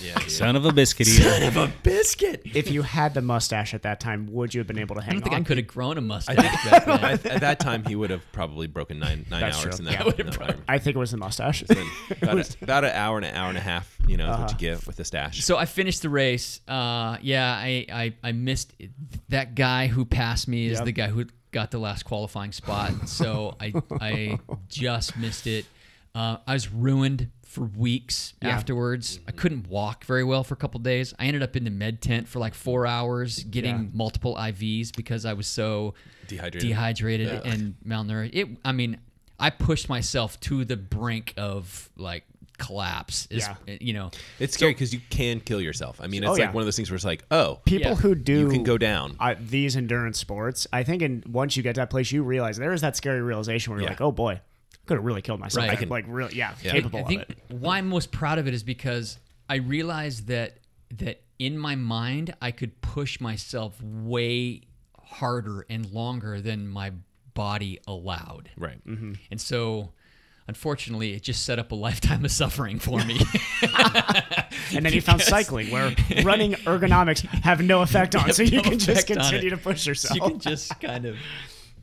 Yeah, dude.
Son of a biscuit eater.
son of a biscuit!
if you had the mustache at that time, would you have been able to hang
I don't think
on?
I could have grown a mustache.
Back then, at, at that time, he would have probably broken nine nine
That's
hours
true.
in that.
Yeah,
in that Iron Man.
I think it was the mustache.
about, a, about an hour and an hour and a half, you know,
Uh-huh.
is what you give with the stash.
So I finished the race. Uh, yeah, I, I, I missed that guy who passed me is
Yep.
the guy who got the last qualifying spot. So I I just missed it. Uh, I was ruined for weeks afterwards. I couldn't walk very well for a couple days. I ended up in the med tent for like four hours, getting multiple IVs because I was so
Dehydrated.
dehydrated and malnourished. It. I mean, I pushed myself to the brink of like collapse. Is, eh,
Yeah.
You know.
it's scary because you can kill yourself. I mean, it's
Oh,
like
yeah.
one of those things where it's like, oh,
People
Yeah.
who do
you can go down.
uh, these endurance sports, I think, in once you get to that place, you realize there is that scary realization where you're
Yeah.
like, oh boy, could have really killed myself.
Right.
I
I
could
can-
like really yeah,
I-
capable
I think
of it.
Why I'm most proud of it is because I realized that that in my mind I could push myself way harder and longer than my body allowed.
Right.
Mm-hmm.
And so unfortunately it just set up a lifetime of suffering for me.
And then you found
Because-
cycling where running ergonomics have no effect on, so you
no
can just
effect on
continue
it.
to push yourself.
You can just kind of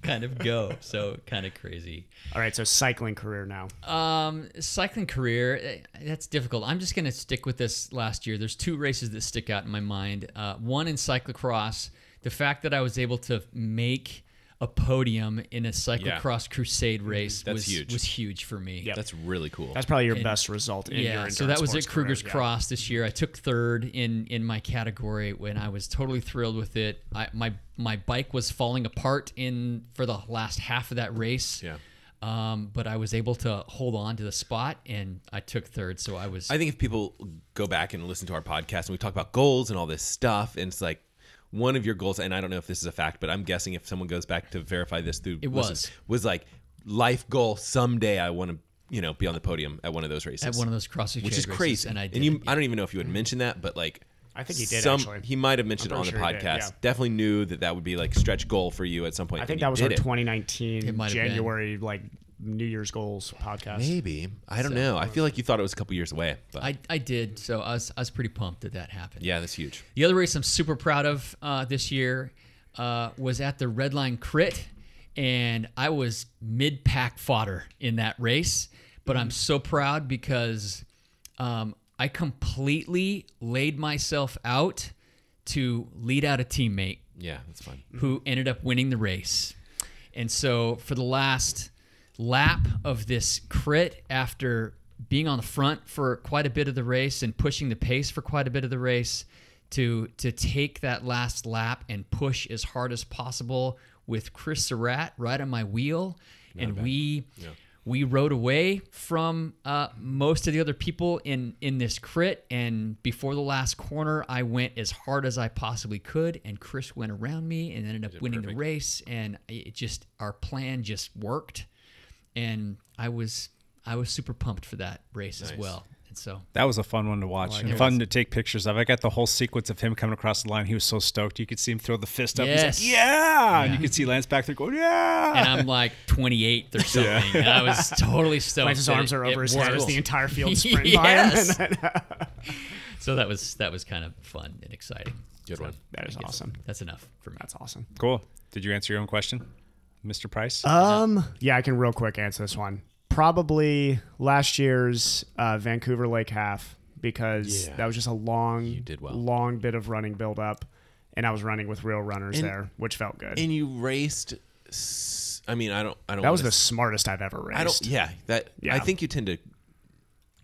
kind of go. So kind of crazy.
All right, so cycling career now.
Um, cycling career, eh, that's difficult. I'm just going to stick with this last year. There's two races that stick out in my mind. Uh, one in cyclocross, the fact that I was able to make a podium in a cyclocross crusade race
Mm-hmm. That's
was
huge.
was huge for me.
That's really cool.
That's probably your
And-
best result in your
yeah, so that
endurance
was at
sports career,
Kruger's
yeah.
Cross this year. I took third in in my category when I was totally thrilled with it. I, my my bike was falling apart in for the last half of that race.
Yeah.
Um, but I was able to hold on to the spot and I took third. So I was
I think if people go back and listen to our podcast and we talk about goals and all this stuff, and it's like one of your goals, and I don't know if this is a fact, but I'm guessing if someone goes back to verify this through
It
listens,
was.
was like life goal someday I want to you know be on the podium at one of those races
at one of those cross
which is crazy
and I did.
and you
it.
I don't even know if you had mentioned that but like
Mm-hmm. I think he did, actually.
he might have mentioned it
I'm
on
pretty
the
sure
podcast
he did, yeah.
definitely knew that that would be like stretch goal for you at some point
I
and
think
you
that was
did
our
it.
2019
might have been.
January like New Year's goals podcast.
maybe I don't know I feel like you thought it was a couple years away but
I, I did. So I was I was pretty pumped that that happened.
yeah that's huge
The other race I'm super proud of uh, this year uh, was at the Red Line Crit, and I was mid pack fodder in that race. But I'm so proud because um, I completely laid myself out to lead out a teammate
yeah that's fine
who ended up winning the race. And so for the last lap of this crit, after being on the front for quite a bit of the race and pushing the pace for quite a bit of the race, to to take that last lap and push as hard as possible with Chris Surratt right on my wheel, and we. We rode away from uh, most of the other people in, in this crit, and before the last corner, I went as hard as I possibly could, and Chris went around me and ended up winning the race. And it just our plan just worked, and I was I was super pumped for that race as well. And so
That was a fun one to watch and fun to take pictures of. I got the whole sequence of him coming across the line. He was so stoked. You could see him throw the fist up.
Yes.
He's like, yeah. And you could see Lance back there going, yeah.
and I'm like 28th or something. And I was totally stoked.
Lance's
that
arms
it-
are over
it
his head as
worked.
the entire field sprint by him.
Yes. so that was that was kind of fun and exciting.
good one
That is awesome.
That's enough for me.
That's awesome.
cool. Did you answer your own question, Mr. Price?
Um, yeah, I can real quick answer this one. Probably last year's uh, Vancouver Lake half because that was just a long,
did well.
long bit of running build up, and I was running with real runners there, which felt good.
and you raced. s- I mean, I don't. I don't.
that was
wanna s-
the smartest I've ever raced.
I don't. Yeah. That.
Yeah.
I think you tend to.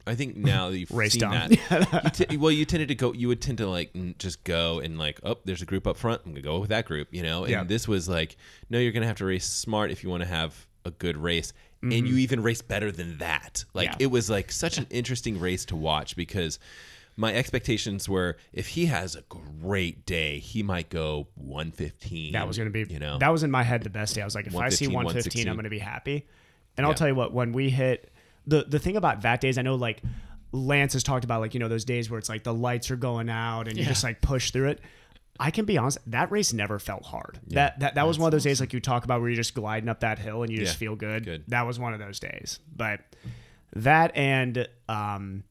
I think now that you've
Race
seen
dumb.
that, you t- well, you tended to go. You would tend to like n- just go and like, oh, there's a group up front. I'm gonna go with that group, you know. And
Yeah.
this was like, no, you're gonna have to race smart if you want to have a good race. And you even race better than that. Like
Mm-hmm. Yeah.
it was like such an interesting race to watch because my expectations were if he has a great day, he might go 115.
That was going to be,
you know
that was in my head the best day. I was like, if I see
115,
115,
116.
I'm going to be happy. And I'll tell you what, when we hit the the thing about that day is I know like Lance has talked about like you know those days where it's like the lights are going out and you just like push through it. I can be honest, that race never felt hard. that that, that was one of those days like you talk about where you're just gliding up that hill and you just
Yeah,
feel good.
good.
That was one of those days. But that and um,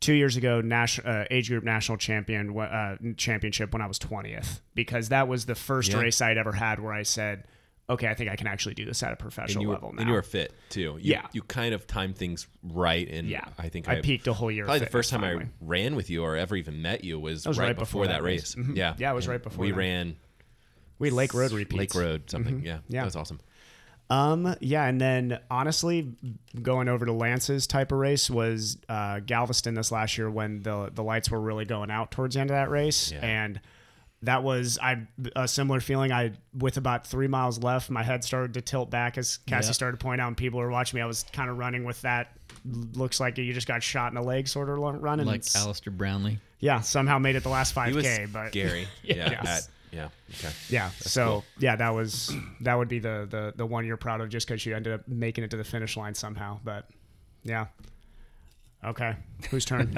two years ago, national uh, age group national champion uh, championship when I was twentieth because that was the first
Yeah.
race I'd ever had where I said, "Okay, I think I can actually do this at a professional
and you were,
level now."
And you were fit too. You,
Yeah.
You kind of time things right. And
Yeah.
I think
I peaked a whole year of
Probably the
fitness
first time
finally.
I ran with you or ever even met you was,
was
right,
right
before, that race. Yeah.
Mm-hmm. Yeah, it was
And
right before
We
that.
ran
we Lake Road repeats. Mm-hmm.
Lake Road something. Yeah.
Yeah.
That was awesome.
Um, yeah, and then honestly, going over to Lance's type of race was uh, Galveston this last year when the the lights were really going out towards the end of that race, and that was I a similar feeling. I with about three miles left, my head started to tilt back as Cassie started to point out, and people were watching me. I was kind of running with that. Looks like you just got shot in the leg, sort of run- running.
Like
It's-
Alistair Brownlee.
yeah, somehow made it the last five
He was
k, but
scary. yeah.
Yes.
that- Yeah. Okay.
Yeah.
That's
so
cool.
yeah, that was that would be the the the one you're proud of just because you ended up making it to the finish line somehow. But yeah. Okay, whose turn?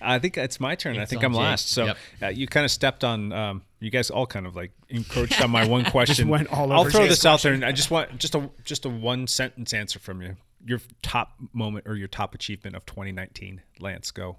I think it's my turn. I
It's
think
on
I'm
Jake.
last. So
Yep.
uh, you kind of stepped on. Um, you guys all kind of like encroached on my one question.
went all
I'll
over
throw
Jake's
this out there, and I just want just a just a one sentence answer from you. Your top moment or your top achievement of 2019, Lance. Go.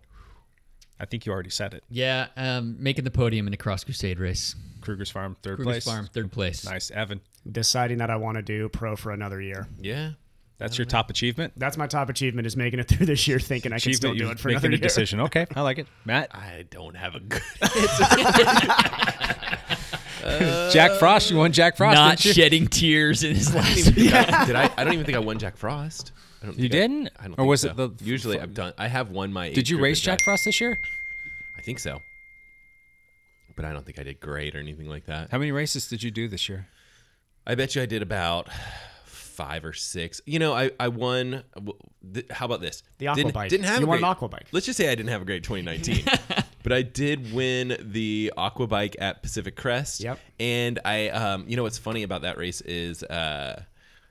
I think you already said it.
Yeah, um, making the podium in the Cross Crusade race.
Kruger's Farm, third
Kruger's
place.
Farm, third place.
Nice, Evan.
Deciding that I want to do pro for another year.
Yeah.
That's your top achievement.
That's my top achievement is making it through this year, thinking I can still
Achievement,
do
you
it for
making
another
a
year.
decision. Okay, I like it, Matt.
I don't have a good.
Jack Frost. You won Jack Frost.
Not
didn't you?
shedding tears in his
I
last.
didn't even think I, did I? I don't even think I won Jack Frost. I don't
You
think I-
didn't?
I, don't.
Or
think
was
so.
it the-
Usually I've done. I have won my.
Did
age
you
group
race
event.
Jack Frost this year?
I think so. But I don't think I did great or anything like that.
How many races did you do this year?
I bet you I did about five or six. You know, I I won. th- How about this?
The aqua
didn't,
bike.
Didn't have
You
a
won
great,
an aqua bike.
Let's just say I didn't have a great 2019. But I did win the aqua bike at Pacific Crest.
Yep.
And I, um, you know, what's funny about that race is, uh,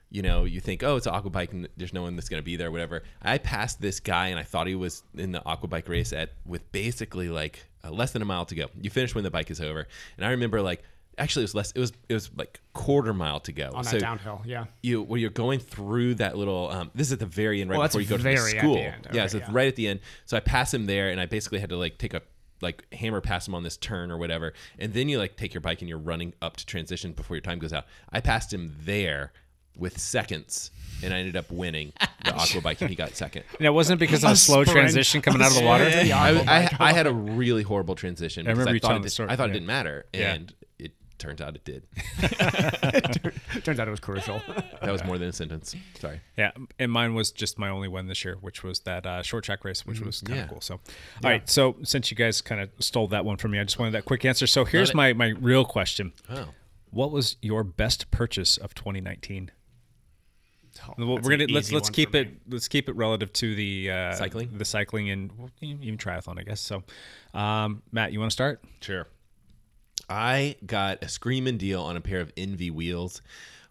you know, you think, oh, it's an aqua bike, and there's no one that's going to be there, whatever. I passed this guy, and I thought he was in the aqua bike race at with basically like uh, less than a mile to go. You finish when the bike is over, and I remember like. Actually, it was less. It was it was like quarter mile to go
On that downhill, yeah.
You where you're going through that little. Um, this is at the very end, right
Well, that's
before you go to the
very at the
school.
end.
yeah,
Okay,
so it's
yeah.
right at the end. So I pass him there, and I basically had to like take a like hammer past him on this turn or whatever, and then you like take your bike and you're running up to transition before your time goes out. I passed him there with seconds, and I ended up winning the aqua bike, and he got second.
And it wasn't because of
A
the slow
sprint.
transition coming out of the water.
Yeah, yeah,
I,
yeah.
I, I had a really horrible transition.
I
because
remember you
thought
telling
it,
the
did-
story,
I thought it
yeah.
didn't matter,
Yeah.
and it turns out it did.
Turns out it was crucial.
That was more than a sentence. Sorry.
Yeah, and mine was just my only win this year, which was that uh, short track race, which was kind of
Yeah.
cool. So, all right. So since you guys kind of stole that one from me, I just wanted that quick answer. So here's
it.
my my real question:
Oh.
What was your best purchase of 2019?
Oh,
Well,
that's
we're
an
gonna let's
easy
let's
one
keep
for me.
it let's keep it relative to the uh,
Cycling?
the cycling, and well, even triathlon, I guess. So, um, Matt, you want to start?
Sure. I got a screaming deal on a pair of Envy wheels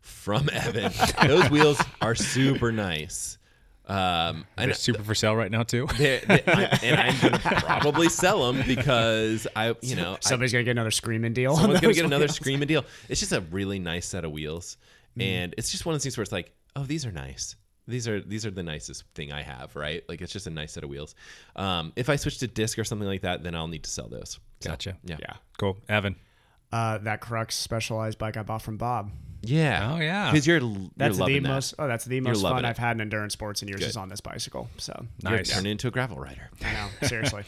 from Evan. Those wheels are super nice. Um,
They're
and,
super for sale right now too.
they're, they I'm, and I'm gonna probably sell them because I, you know, I,
Somebody's gonna get another screaming deal. on
someone's gonna
those
get another
wheels.
screaming deal. It's just a really nice set of wheels, and it's just one of those things where it's like, oh, these are nice. These are these are the nicest thing I have, right? Like it's just a nice set of wheels. Um, if I switch to disc or something like that, then I'll need to sell those. So,
Gotcha.
Yeah.
Yeah.
Cool, Evan.
Uh, that Crux specialized bike I bought from Bob.
Yeah.
Oh, yeah.
Because you're you're
That's the
loving that.
most. Oh, that's the most
loving
fun
it.
I've had in endurance sports in years.
Good.
Is on this bicycle. So
Nice,
You're turning into a gravel rider.
I know. Seriously.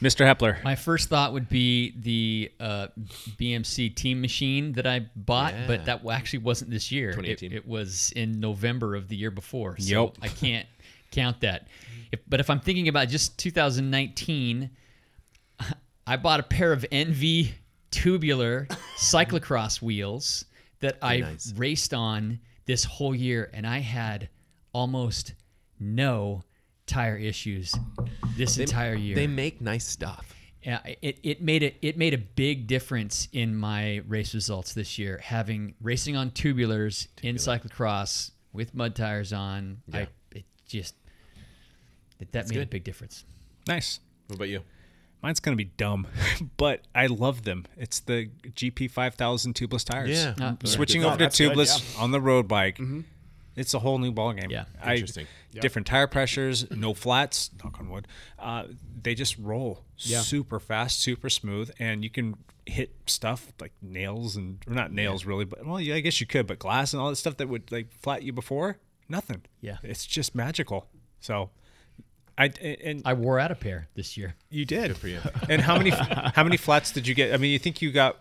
Mr. Hepler.
My first thought would be the uh, BMC team machine that I bought, but that actually wasn't this year. It-
2018.
It, was in November of the year before. So
Yep.
I can't count that. If, but if I'm thinking about just 2019, I bought a pair of NV tubular cyclocross wheels that I raced on this whole year, and I had almost no tire issues this entire year.
They make nice stuff.
Yeah, it, it made it it made a big difference in my race results this year. Having racing on tubulars in cyclocross with mud tires on, I it just that, that made a
good.
big difference.
Nice.
What about you?
Mine's gonna be dumb, but I love them. It's the GP five thousand tubeless tires.
Yeah.
Uh,
switching
Oh,
over to
that's good,
tubeless on the road bike. It's a whole new ballgame.
Yeah.
I-
Interesting.
Different tire pressures, no flats. Knock on wood. Uh, they just roll super fast, super smooth, and you can hit stuff like nails and or not nails really, but well, yeah, I guess you could, but glass and all that stuff that would like flat you before, nothing.
Yeah.
it's just magical. So, I and
I wore out a pair this year.
you did. for you. And how many how many flats did you get? I mean, you think you got?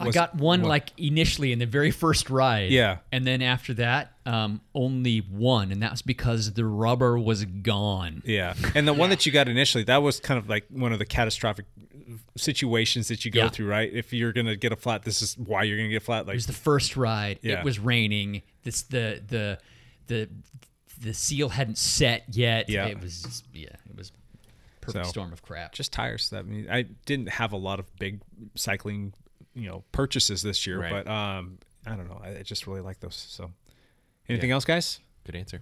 I
was-
got one
what-
like initially in the very first ride.
Yeah.
and then after that, um, only one, and that was because the rubber was gone.
Yeah, and the one that you got initially, that was kind of like one of the catastrophic situations that you go
Yeah.
through, right? If you're gonna get a flat, this is why you're gonna get a flat.
It
Like,
was the first ride.
Yeah.
It was raining. This the the the the seal hadn't set yet.
Yeah.
It was just- yeah. It was perfect
So,
storm of crap.
just tires. That mean, I didn't have a lot of big cycling you know purchases this year.
Right.
But um, I don't know. I, I just really like those. So, anything else, guys?
Good answer.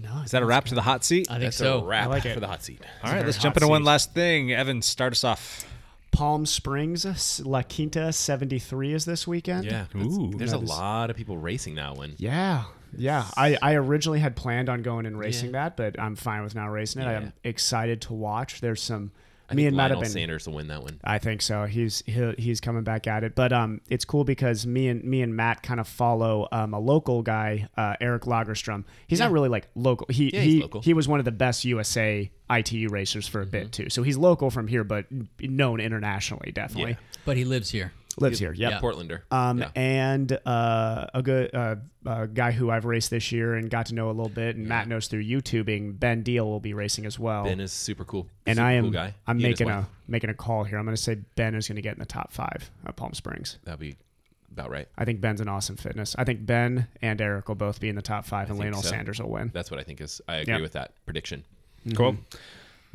No,
Is that a wrap to the hot seat?
I think
That's
so.
a wrap
Oh, I like it.
for the hot seat.
All right,
very
let's
hot
jump into one
seat.
last thing. Evan, start us off.
Palm Springs La Quinta 73 is this weekend.
Yeah. that's-
Ooh.
there's a
That is-
lot of people racing that one.
Yeah. Yeah. I, I originally had planned on going and racing that, but I'm fine with not racing it. I'm excited to watch. There's some.
I
me
think
and Matt have
Lionel
been.
Sanders will win that one.
I think so. He's he he's coming back at it, but um, it's cool because me and me and Matt kind of follow um, a local guy, uh, Eric Lagerstrom. He's not really like local. He
Yeah, he's
he
local.
he was one of the best USA ITU racers for a bit
Mm-hmm.
too. So he's local from here, but known internationally. Definitely
But he lives here.
lives here. Yep.
Portlander.
Um,
Yeah.
and uh, a good uh, a guy who I've raced this year and got to know a little bit, and Matt knows through YouTubing. Ben Deal will be racing as well.
Ben is super cool.
and
super
I am
cool guy.
I'm
He and his
making
wife.
a making a call here. I'm going to say Ben is going to get in the top five at Palm Springs.
That'd be about right.
I think Ben's an awesome fitness. I think Ben and Eric will both be in the top five, and
think
Lionel
so.
Sanders will win.
That's what I think is. I agree
Yeah.
with that prediction.
Cool.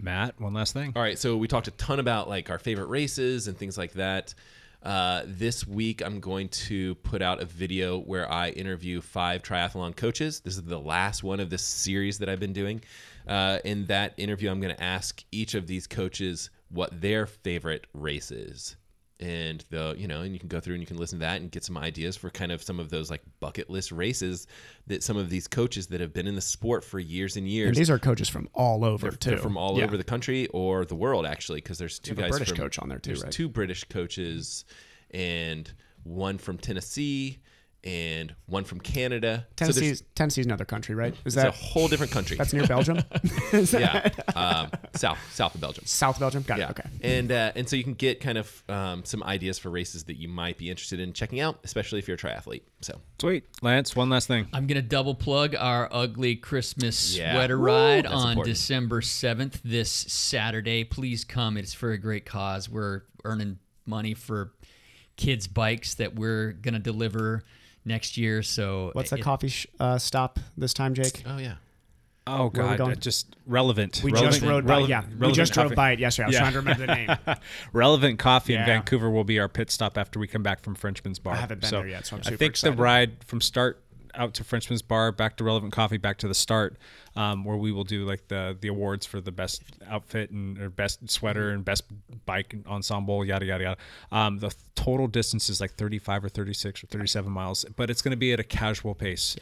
Matt, one last thing.
All right, so we talked a ton about like our favorite races and things like that. Uh, this week, I'm going to put out a video where I interview five triathlon coaches. This is the last one of this series that I've been doing. Uh, in that interview, I'm going to ask each of these coaches what their favorite race is. And the you know, and you can go through and you can listen to that and get some ideas for kind of some of those like bucket list races that some of these coaches that have been in the sport for years and years
And these are coaches from all over too.
they're from all
Yeah.
over the country or the world actually because there's two
have a
guys
British
from-
coach on there, too,
there's
right?
two british coaches and one from tennessee and one from canada So there's-
Tennessee's Tennessee's another country, right?
it's
Is
a
that
whole different country
that's near Belgium?
yeah um, south south of belgium
South Belgium. Got
yeah
it. Okay.
and uh, and so you can get kind of um, some ideas for races that you might be interested in checking out especially if you're a triathlete so
Sweet. Lance, one last thing.
I'm gonna double plug our ugly Christmas
Yeah.
sweater
Woo!
ride
That's
on
important.
December 7th, this Saturday. Please come; it's for a great cause. We're earning money for kids' bikes that we're gonna deliver next year. So
What's the
it-
coffee sh- uh, stop this time, Jake?
oh yeah
Oh
are we
God,
going?
uh, just relevant.
We
relevant,
just rode by.
relevant-
Yeah, we
relevant
just
coffee.
drove by it yesterday. I was
Yeah.
trying to remember the name.
Relevant coffee in
Yeah.
Vancouver will be our pit stop after we come back from Frenchman's Bar. I
haven't been there yet, so I'm
I
super
think
excited.
the ride from start out to Frenchman's Bar, back to Relevant Coffee, back to the start, um, where we will do like the the awards for the best outfit and or best sweater and best bike ensemble, yada yada yada. Um, the total distance is like 35 or 36 or 37 miles, but it's going to be at a casual pace.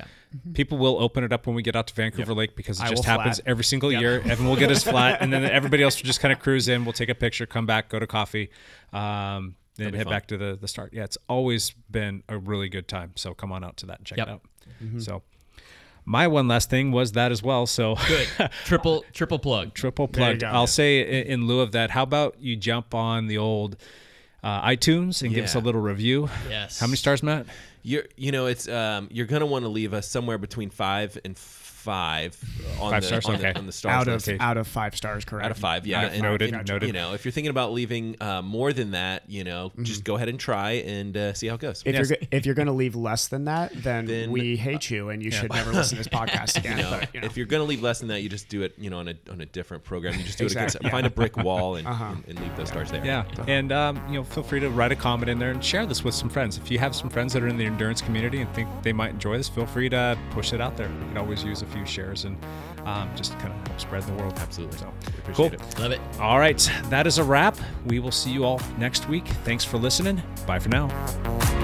People will open it up when we get out to Vancouver Lake because it
I
just
will
happens
flat.
every single year. Evan will get his flat, and then everybody else will just kind of cruise in. We'll take a picture, come back, go to coffee, um, then head back to the the start. Yeah, it's always been a really good time. So come on out to that and check
Yep.
it out. So my one last thing was that as well. So
triple triple plug?
triple plugged.
go.
I'll say i- in lieu of that, how about you jump on the old uh, iTunes and give us a
Yeah.
little review?
Yes.
How many stars, Matt?
You're, you know, it's um, you're gonna want to leave us somewhere between five and five on
Five
the
stars?
on,
Okay.
the, on the stars
out of
list.
out of five stars, correct?
out of five, yeah.
Out of- noted, noted.
Uh, You know, if you're thinking about leaving uh, more than that, you know, just go ahead and try and uh, see how it goes.
If you're go- if you're going to leave less than that, then,
Then,
we hate you, and you should never listen to this podcast again.
You know,
but, you know.
If you're gonna leave less than that, you just do it, you know, on a on a different program. You just do it against
Exactly, yeah. Uh-huh.
find a brick wall and, and, and leave those stars there.
Yeah, and um, you know, feel free to write a comment in there and share this with some friends. If you have some friends that are in the endurance community and think they might enjoy this, feel free to push it out there. We could always use a few shares and um, just kind of help spread the word. Absolutely. So, cool.
appreciate it.
Love it.
All right, that is a wrap. We will see you all next week. Thanks for listening. Bye for now.